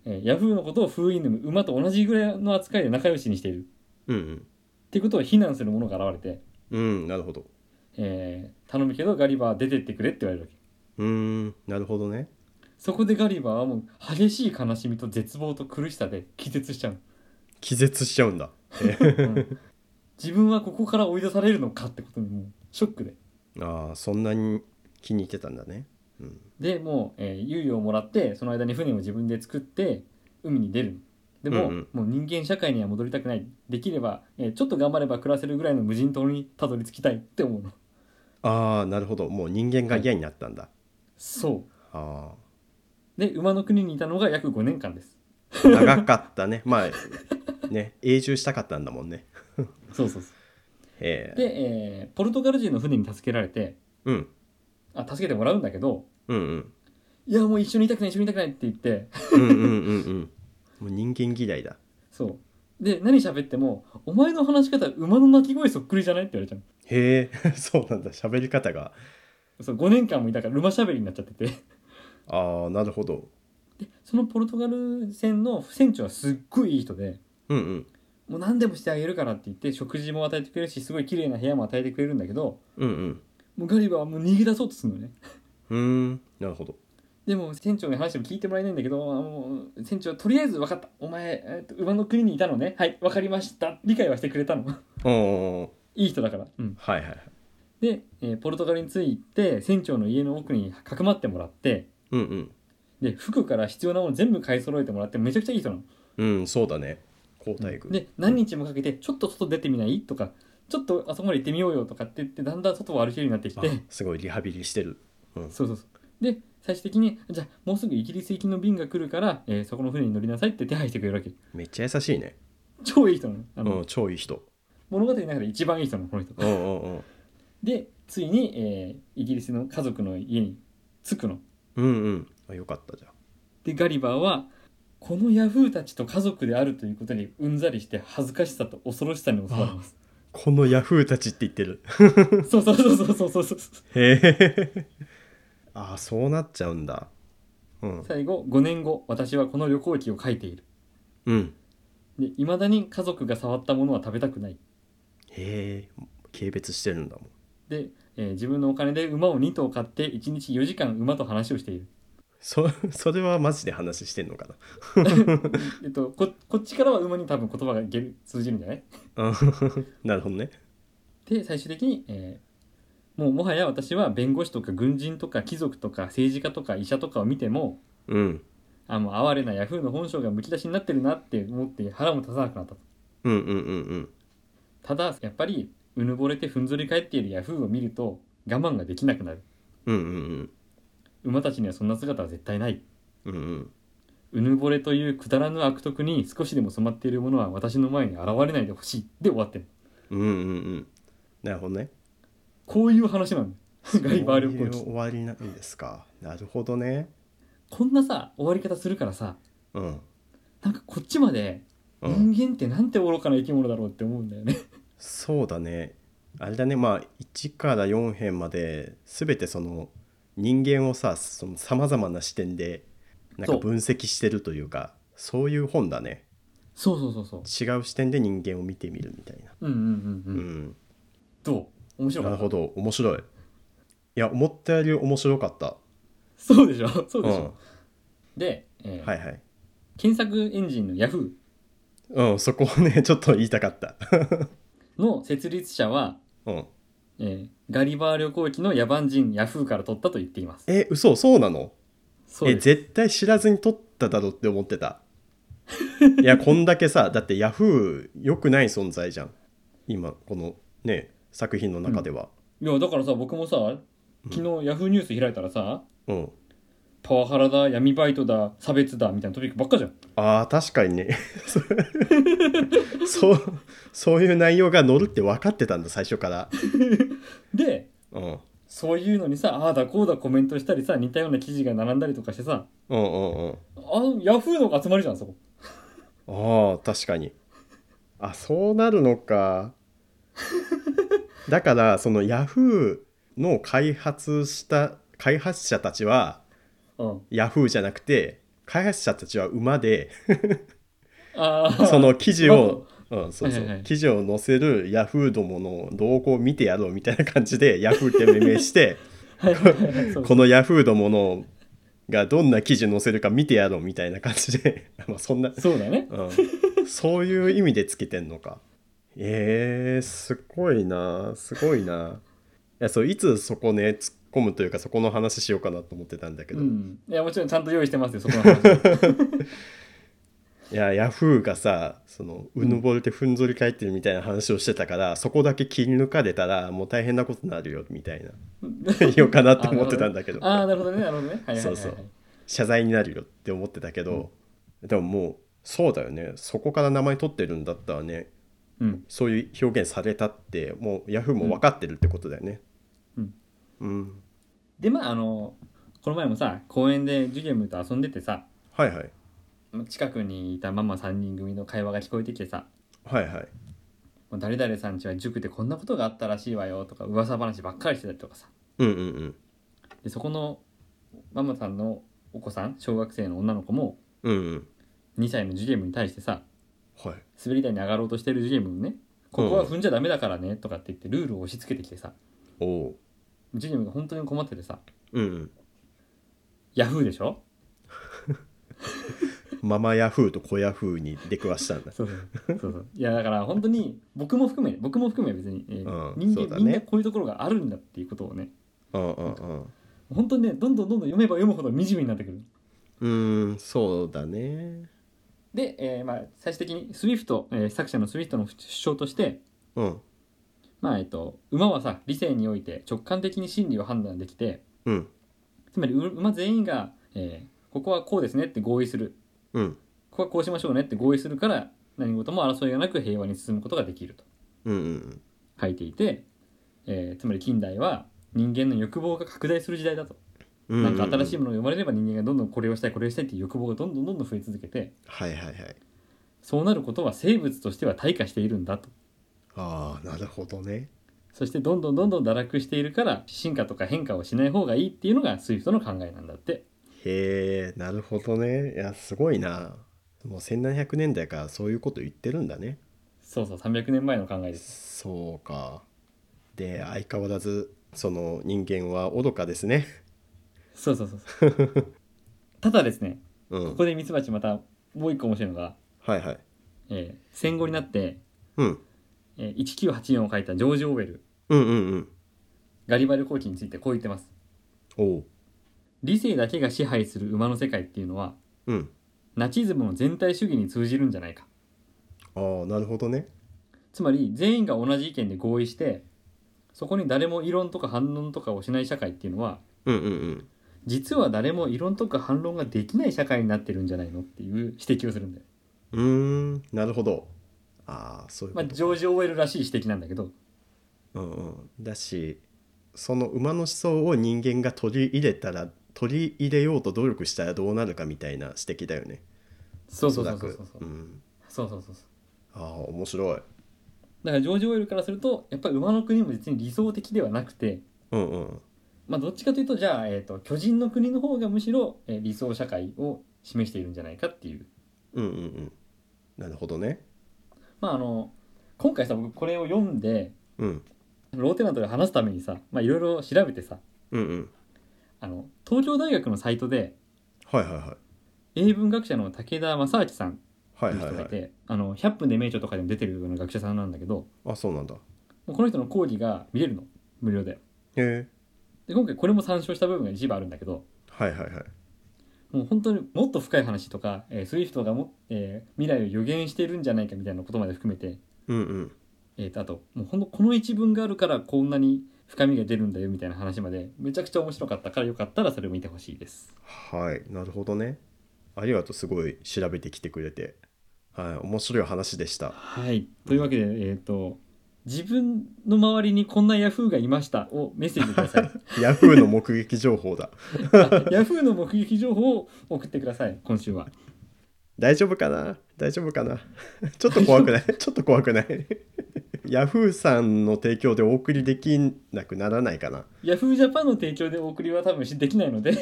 [SPEAKER 2] えーヤフーのことをフーイヌム馬と同じぐらいの扱いで仲良しにしている
[SPEAKER 1] うん
[SPEAKER 2] っていうことを非難する者が現れて、
[SPEAKER 1] うんうんなるほど。
[SPEAKER 2] えー頼むけどガリバー出てってくれって言われるわけ
[SPEAKER 1] うーんなるほどね。
[SPEAKER 2] そこでガリバーはもう激しい悲しみと絶望と苦しさで気絶しちゃう
[SPEAKER 1] 気絶しちゃうんだ。
[SPEAKER 2] の、うん自分はここから追い出されるのかってことにもうショックで
[SPEAKER 1] ああそんなに気に入ってたんだね。うん
[SPEAKER 2] でもう、えー猶予をもらってその間に船を自分で作って海に出るでも、
[SPEAKER 1] うん
[SPEAKER 2] もう人間社会には戻りたくないできれば、えーちょっと頑張れば暮らせるぐらいの無人島にたどり着きたいって思うの
[SPEAKER 1] ああなるほどもう人間が嫌になったんだ。
[SPEAKER 2] そ
[SPEAKER 1] ああ。
[SPEAKER 2] うで馬の国にいたのが約5年間です
[SPEAKER 1] 長かった (laughs) ねまあね永住したかったんだもんね
[SPEAKER 2] そうそうそ
[SPEAKER 1] え
[SPEAKER 2] う
[SPEAKER 1] え
[SPEAKER 2] で、えーポルトガル人の船に助けられて
[SPEAKER 1] うん
[SPEAKER 2] あ助けてもらうんだけど
[SPEAKER 1] うんうん
[SPEAKER 2] いやもう一緒にいたくない一緒にいたくないって言って
[SPEAKER 1] うんうんうんうんもう人間嫌いだ
[SPEAKER 2] そうで何喋っても「お前の話し方馬の鳴き声そっくりじゃない?」って言われちゃう
[SPEAKER 1] へえ (laughs) そうなんだ喋り方が
[SPEAKER 2] そう5年間もいたから馬喋りになっちゃってて
[SPEAKER 1] ああなるほど
[SPEAKER 2] そのポルトガル船の船長はすっごいいい人で
[SPEAKER 1] うんうん
[SPEAKER 2] もう何でもしてあげるからって言って食事も与えてくれるしすごい綺麗な部屋も与えてくれるんだけど
[SPEAKER 1] うんうん
[SPEAKER 2] もうガリバーはもう逃げ出そうとするのね
[SPEAKER 1] うーんなるほど
[SPEAKER 2] でも船長に話しても聞いてもらえないんだけどあもう船長とりあえず分かったお前、えっと馬の国にいたのねはい分かりました理解はしてくれたの (laughs)
[SPEAKER 1] おー
[SPEAKER 2] いい人だから、うん、
[SPEAKER 1] はいはいはい
[SPEAKER 2] で、えーポルトガルに着いて船長の家の奥にかくまってもらって
[SPEAKER 1] うんうん
[SPEAKER 2] で服から必要なもの全部買い揃えてもらってめちゃくちゃいい人なの
[SPEAKER 1] うんそうだね好待遇
[SPEAKER 2] で何日もかけてちょっと外出てみないとかちょっとあそこまで行ってみようよとかって言ってだんだん外を歩けるようになってき
[SPEAKER 1] あ
[SPEAKER 2] て
[SPEAKER 1] すごいリハビリしてるうん
[SPEAKER 2] そうそうそうで最終的にじゃあもうすぐイギリス行きの便が来るから、えーそこの船に乗りなさいって手配してくれるわけ
[SPEAKER 1] めっちゃ優しいね
[SPEAKER 2] 超いい人なのあの、
[SPEAKER 1] うん超いい人
[SPEAKER 2] 物語の中で一番いい人なのこの人
[SPEAKER 1] うんうんうん
[SPEAKER 2] でついに、えーイギリスの家族の家に着くの
[SPEAKER 1] うんうんあよかったじゃん
[SPEAKER 2] でガリバーはこのヤフーたちと家族であるということにうんざりして恥ずかしさと恐ろしさに襲われます
[SPEAKER 1] このヤフーたちって言ってる
[SPEAKER 2] (laughs) そうそうそうそうそうそうそう
[SPEAKER 1] へえああそうなっちゃうんだうん
[SPEAKER 2] 最後5年後私はこの旅行記を書いている
[SPEAKER 1] うん
[SPEAKER 2] で未だに家族が触ったものは食べたくない
[SPEAKER 1] へえ軽蔑してるんだもん
[SPEAKER 2] で、えー自分のお金で馬を2頭買って1日4時間馬と話をしている、
[SPEAKER 1] そ (laughs) それはマジで話してんのかな
[SPEAKER 2] えっと、ここっちからは馬に多分言葉がいける通じるんじゃない
[SPEAKER 1] うん (laughs) なるほどね
[SPEAKER 2] で最終的に、えーもうもはや私は弁護士とか軍人とか貴族とか政治家とか医者とかを見ても
[SPEAKER 1] うん
[SPEAKER 2] あもう哀れなヤフーの本性がむき出しになってるなって思って腹も立たなくなったと
[SPEAKER 1] うんうんうんうん
[SPEAKER 2] ただやっぱりうぬぼれてふんぞり返っているヤフーを見ると我慢ができなくなる
[SPEAKER 1] うんうん
[SPEAKER 2] 馬たちにはそんな姿は絶対ない
[SPEAKER 1] うんうんうん
[SPEAKER 2] うぬぼれというくだらぬ悪徳に少しでも染まっているものは私の前に現れないでほしいで終わってる
[SPEAKER 1] うんうんうんなるほどね
[SPEAKER 2] こういう話なんだ (laughs) ガリバー旅
[SPEAKER 1] そうい
[SPEAKER 2] 行
[SPEAKER 1] う
[SPEAKER 2] 記
[SPEAKER 1] 終わりなんですかなるほどね
[SPEAKER 2] こんなさ終わり方するからさ
[SPEAKER 1] うん、
[SPEAKER 2] なんかこっちまで
[SPEAKER 1] うん、
[SPEAKER 2] 人間ってなんて愚かな生き物だろうって思うんだよ
[SPEAKER 1] (laughs)
[SPEAKER 2] ね
[SPEAKER 1] そうだねあれだねまあ1から4編まで全てその人間をささまざまな視点でなんか
[SPEAKER 2] そう
[SPEAKER 1] 分析してるというかそういう本だね
[SPEAKER 2] そうそうそうそう
[SPEAKER 1] 違う視点で人間を見てみるみたいな
[SPEAKER 2] うんうんう
[SPEAKER 1] うん
[SPEAKER 2] うん、
[SPEAKER 1] ん、
[SPEAKER 2] どう面白
[SPEAKER 1] な
[SPEAKER 2] か
[SPEAKER 1] る
[SPEAKER 2] っ
[SPEAKER 1] ほ
[SPEAKER 2] た
[SPEAKER 1] ど面白いいや思ったより面白かった
[SPEAKER 2] そうでしょそう
[SPEAKER 1] う
[SPEAKER 2] で
[SPEAKER 1] ん
[SPEAKER 2] しょ、で、えー
[SPEAKER 1] はいはい
[SPEAKER 2] 検索エンジンの Yahoo
[SPEAKER 1] うんそこをねちょっと言いたかった
[SPEAKER 2] の設立者は、
[SPEAKER 1] うん
[SPEAKER 2] えーガリバー旅行記の野蛮人 Yahoo から取ったと言っています
[SPEAKER 1] え嘘そうなの
[SPEAKER 2] そう
[SPEAKER 1] え
[SPEAKER 2] です
[SPEAKER 1] 絶対知らずに撮っただろうって思ってたい
[SPEAKER 2] (laughs)
[SPEAKER 1] やこんだけさだってヤフー良くない存在じゃん今このね作品の中では、
[SPEAKER 2] いやだからさ僕もさ昨日 Yahoo ニュース開いたらさ、
[SPEAKER 1] うん
[SPEAKER 2] パワハラだ闇バイトだ差別だみたいなトピックばっかじゃん
[SPEAKER 1] あー確かにね (laughs) そそうそういう内容が載るって分かってたんだ最初から
[SPEAKER 2] で
[SPEAKER 1] うんうん
[SPEAKER 2] そういうのにさああだこうだコメントしたりさ似たような記事が並んだりとかしてさ
[SPEAKER 1] うんうん
[SPEAKER 2] あヤフーの集まりじゃんそこ
[SPEAKER 1] あー確かにあそうなるのか (laughs) だからそのヤフーの開発した開発者たちは
[SPEAKER 2] うん
[SPEAKER 1] ヤフーじゃなくて開発者たちは馬で
[SPEAKER 2] ああ
[SPEAKER 1] その記事を、うん、そうそ
[SPEAKER 2] はいは
[SPEAKER 1] う
[SPEAKER 2] い
[SPEAKER 1] 記事を載せるヤフーどもの動向を見てやろうみたいな感じでヤフーって命名して
[SPEAKER 2] (laughs) はいはいはいはい (laughs) そう
[SPEAKER 1] このヤフーどものがどんな記事載せるか見てやろうみたいな感じで (laughs) まあそんな、
[SPEAKER 2] そうだね
[SPEAKER 1] うん、そういう意味でつけてんのか。えー、すごいなすごいないやそういつそこね突っ込むというかそこの話しようかなと思ってたんだけ
[SPEAKER 2] う
[SPEAKER 1] ど、
[SPEAKER 2] んいやもちろんちゃんと用意してますよそこの
[SPEAKER 1] (laughs)
[SPEAKER 2] 話
[SPEAKER 1] いやヤフーがさそのうぬぼれてふんぞり返ってるみたいな話をしてたから、そこだけ切り抜かれたらもう大変なことになるよみたいなようかなって思ってたんだけど
[SPEAKER 2] ああなるほどねなるほどねはいはいはい、はい、
[SPEAKER 1] そうそう謝罪になるよって思ってたけど、でももうそうだよねそこから名前取ってるんだったらね
[SPEAKER 2] うん
[SPEAKER 1] そういう表現されたってもうヤフーも分かってるってことだよね
[SPEAKER 2] うん、
[SPEAKER 1] うん、
[SPEAKER 2] でまああのこの前もさ公園でジュゲムと遊んでてさ
[SPEAKER 1] はいはい
[SPEAKER 2] 近くにいたママ3人組の会話が聞こえてきてさ
[SPEAKER 1] はいはい
[SPEAKER 2] 「もう誰々さんちは塾でこんなことがあったらしいわよ」とか噂話ばっかりしてたりとかさ
[SPEAKER 1] うんうんうん
[SPEAKER 2] でそこのママさんのお子さん小学生の女の子も
[SPEAKER 1] うんうん
[SPEAKER 2] 2歳のジュゲムに対してさ
[SPEAKER 1] はい
[SPEAKER 2] 滑り台に上がろうとしてるジュゲムにね「ここは踏んじゃダメだからね」とかって言ってルールを押し付けてきてさ
[SPEAKER 1] おう
[SPEAKER 2] ジュゲムが本当に困っててさ
[SPEAKER 1] うんうん
[SPEAKER 2] ヤフーでしょ
[SPEAKER 1] ママヤフーと子ヤフーに出くわした
[SPEAKER 2] (laughs)
[SPEAKER 1] んだ
[SPEAKER 2] そうそうそうそういやだから本当に僕も含め僕も含め別に、えー
[SPEAKER 1] う
[SPEAKER 2] 人
[SPEAKER 1] んそう
[SPEAKER 2] 間、
[SPEAKER 1] だね
[SPEAKER 2] みんなこういうところがあるんだっていうことをね
[SPEAKER 1] うんうんうん
[SPEAKER 2] 本当にねどんどんどんどん読めば読むほど惨めになってくる
[SPEAKER 1] うーんそうだね
[SPEAKER 2] で、えーまあ、最終的にスウィフト、えー作者のスウィフトの主張として、
[SPEAKER 1] うん
[SPEAKER 2] まあえっと、馬はさ理性において直感的に真理を判断できて
[SPEAKER 1] うん
[SPEAKER 2] つまりう馬全員が、えーここはこうですねって合意する
[SPEAKER 1] うん
[SPEAKER 2] ここはこうしましょうねって合意するから何事も争いがなく平和に進むことができると
[SPEAKER 1] うんうん
[SPEAKER 2] 書いていて、えーつまり近代は人間の欲望が拡大する時代だと、
[SPEAKER 1] うん
[SPEAKER 2] なんか新しい
[SPEAKER 1] い
[SPEAKER 2] ものが生まれれば人間がどんどんこれをしたいこれをしたいっていう欲望がどんどんどんどん増え続けて
[SPEAKER 1] はいはいはい
[SPEAKER 2] そうなることは生物としては退化しているんだと
[SPEAKER 1] ああなるほどね
[SPEAKER 2] そしてどんどんどんどん堕落しているから進化とか変化をしない方がいいっていうのが SWIFT の考えなんだって
[SPEAKER 1] へえなるほどねいやすごいなもう1700年代からそういうこと言ってるんだね
[SPEAKER 2] そうそう300年前の考えです
[SPEAKER 1] そうかで相変わらずその人間は愚かですね
[SPEAKER 2] そうそうそうそう
[SPEAKER 1] (laughs)
[SPEAKER 2] ただですね
[SPEAKER 1] うん
[SPEAKER 2] ここでミツバチまたもう一個面白いのが、
[SPEAKER 1] はいはい
[SPEAKER 2] えー戦後になって、
[SPEAKER 1] うん
[SPEAKER 2] えー1984を書いたジョージ・オーウェル
[SPEAKER 1] うんうんうん
[SPEAKER 2] ガリバル後期についてこう言ってます
[SPEAKER 1] おう
[SPEAKER 2] 理性だけが支配する馬の世界っていうのは
[SPEAKER 1] うん
[SPEAKER 2] ナチズムの全体主義に通じるんじゃないか
[SPEAKER 1] ああなるほどね
[SPEAKER 2] つまり全員が同じ意見で合意してそこに誰も異論とか反論とかをしない社会っていうのは
[SPEAKER 1] うんうんうん
[SPEAKER 2] 実は誰も異論とか反論ができない社会になってるんじゃないのっていう指摘をするんだよ、
[SPEAKER 1] うーんなるほどああそういう
[SPEAKER 2] ま
[SPEAKER 1] こ
[SPEAKER 2] あ、
[SPEAKER 1] と、
[SPEAKER 2] ジョージ・オーウェルらしい指摘なんだけど
[SPEAKER 1] うんうん、だしその馬の思想を人間が取り入れたら取り入れようと努力したらどうなるかみたいな指摘だよね
[SPEAKER 2] そうそう
[SPEAKER 1] お
[SPEAKER 2] そ
[SPEAKER 1] ら
[SPEAKER 2] うそう
[SPEAKER 1] く
[SPEAKER 2] そうそう
[SPEAKER 1] うん、
[SPEAKER 2] そうそうそう
[SPEAKER 1] ああ面白
[SPEAKER 2] だ
[SPEAKER 1] い
[SPEAKER 2] からジョージ・オーウェルからするとやっぱり馬の国も別に理想的ではなくて
[SPEAKER 1] うんうん
[SPEAKER 2] まあどっちかというとじゃあ、えー、と巨人の国の方がむしろ、えー理想社会を示しているんじゃないかっていう
[SPEAKER 1] うんうんうんなるほどね
[SPEAKER 2] まああの今回さ僕これを読んで
[SPEAKER 1] うん
[SPEAKER 2] ローテナントで話すためにさまあいろいろ調べてさ
[SPEAKER 1] うんうん
[SPEAKER 2] あの東京大学のサイトで
[SPEAKER 1] はいはいはい
[SPEAKER 2] 英文学者の武田正明さん
[SPEAKER 1] はい
[SPEAKER 2] いい
[SPEAKER 1] はい
[SPEAKER 2] 人が
[SPEAKER 1] はいい
[SPEAKER 2] て、あの100分で名著とかでも出てるような学者さんなんだけども
[SPEAKER 1] あそうなんだへ
[SPEAKER 2] うこの人の講義が見れるの無料で
[SPEAKER 1] え
[SPEAKER 2] で今回これも参照した部分が一部あるんだけど
[SPEAKER 1] はいはいはい
[SPEAKER 2] もう本当にもっと深い話とか、えー、スウィフトがも、えー未来を予言してるんじゃないかみたいなことまで含めて、
[SPEAKER 1] うんうん
[SPEAKER 2] えーとあともうほんとこの一文があるからこんなに深みが出るんだよみたいな話までめちゃくちゃ面白かったからよかったらそれを見てほしいです
[SPEAKER 1] はいなるほどねありがとうすごい調べてきてくれてはい面白い話でした
[SPEAKER 2] はいというわけでえっ、と自分の周りにこんなヤフーがいましたをメッセージくだ (laughs) さい
[SPEAKER 1] ヤフーの目撃情報だ (laughs)
[SPEAKER 2] ヤフーの目撃情報を送ってください、今週は。
[SPEAKER 1] 大丈夫かな大丈夫かな (laughs) ちょっと怖くない (laughs) ちょっと怖くないヤフーさんの提供でお送りできなくならないかな
[SPEAKER 2] ヤフージャパンの提供でお送りは多分しできないので、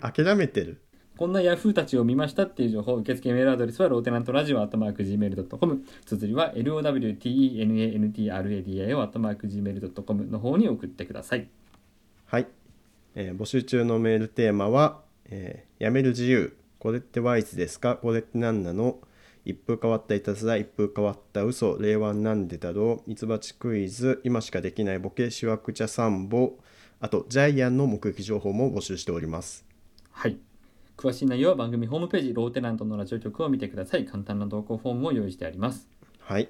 [SPEAKER 1] 諦めてる
[SPEAKER 2] こんなヤフーたちを見ましたっていう情報、受付メールアドレスはローテナントラジオ、アットマーク Gmail.com、綴りは LOWTENANTRADIO、アットマーク Gmail.com の方に送ってください。
[SPEAKER 1] はい、えー募集中のメールテーマは「えーやめる自由これってワイズですかこれって何なの?」一風変わったいたずら一風変わった嘘令和なんでだろうミツバチクイズ今しかできないボケしわくちゃ散歩あとジャイアンの目撃情報も募集しております
[SPEAKER 2] はい。詳しい内容は番組ホームページ、ローテナントのラジオ局を見てください。簡単な投稿フォームを用意してあります。
[SPEAKER 1] はい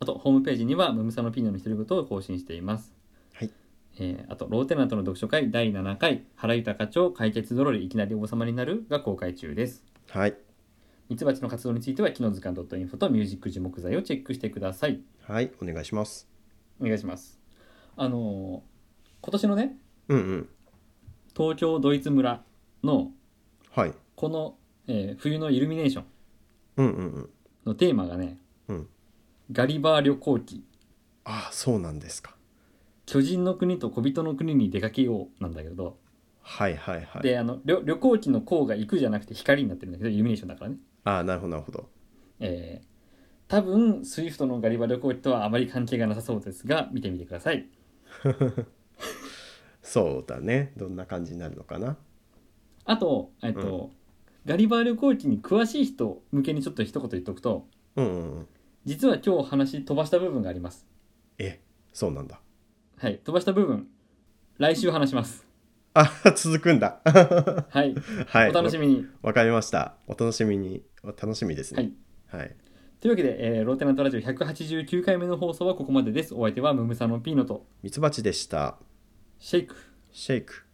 [SPEAKER 2] あと、ホームページには、ムムサのピーノの独り言を更新しています。
[SPEAKER 1] はい。
[SPEAKER 2] えーあと、ローテナントの読書会第7回、原豊課長解決ドロリいきなり王様になるが公開中です。
[SPEAKER 1] はい
[SPEAKER 2] ミツバチの活動については、木の図鑑 .info とミュージック樹木材をチェックしてください。
[SPEAKER 1] はいお願いします
[SPEAKER 2] お願いします。あのー今年のね、
[SPEAKER 1] うんうん
[SPEAKER 2] 東京ドイツ村の
[SPEAKER 1] はい
[SPEAKER 2] この、えー冬のイルミネーション
[SPEAKER 1] うんうんうん
[SPEAKER 2] のテーマがね、
[SPEAKER 1] うん
[SPEAKER 2] ガリバー旅行記、
[SPEAKER 1] ああそうなんですか
[SPEAKER 2] 巨人の国と小人の国に出かけようなんだけど、
[SPEAKER 1] はいはいはい
[SPEAKER 2] であの旅旅行機の「行」が行くじゃなくて光になってるんだけどイルミネーションだからね、
[SPEAKER 1] ああなるほどなるほど
[SPEAKER 2] えー多分スイフトのガリバ旅行機とはあまり関係がなさそうですが見てみてください
[SPEAKER 1] そうだねどんな感じになるのかな
[SPEAKER 2] あと、えっと、ガリバー旅行記に詳しい人向けにちょっと一言言っとくと、
[SPEAKER 1] うんうんうん
[SPEAKER 2] 実は今日話飛ばした部分があります。
[SPEAKER 1] えそうなんだ
[SPEAKER 2] はい、飛ばした部分、来週話し
[SPEAKER 1] (laughs)
[SPEAKER 2] ます。
[SPEAKER 1] あ続くんだ (laughs)
[SPEAKER 2] はい、
[SPEAKER 1] はい
[SPEAKER 2] お楽しみに。
[SPEAKER 1] わかりましたお楽しみにお楽しみですねはい、
[SPEAKER 2] というわけで、えーローテナントラジオ189回目の放送はここまでです。お相手はムムサノピーノと
[SPEAKER 1] ミツバチでした
[SPEAKER 2] シェイク。
[SPEAKER 1] シェイク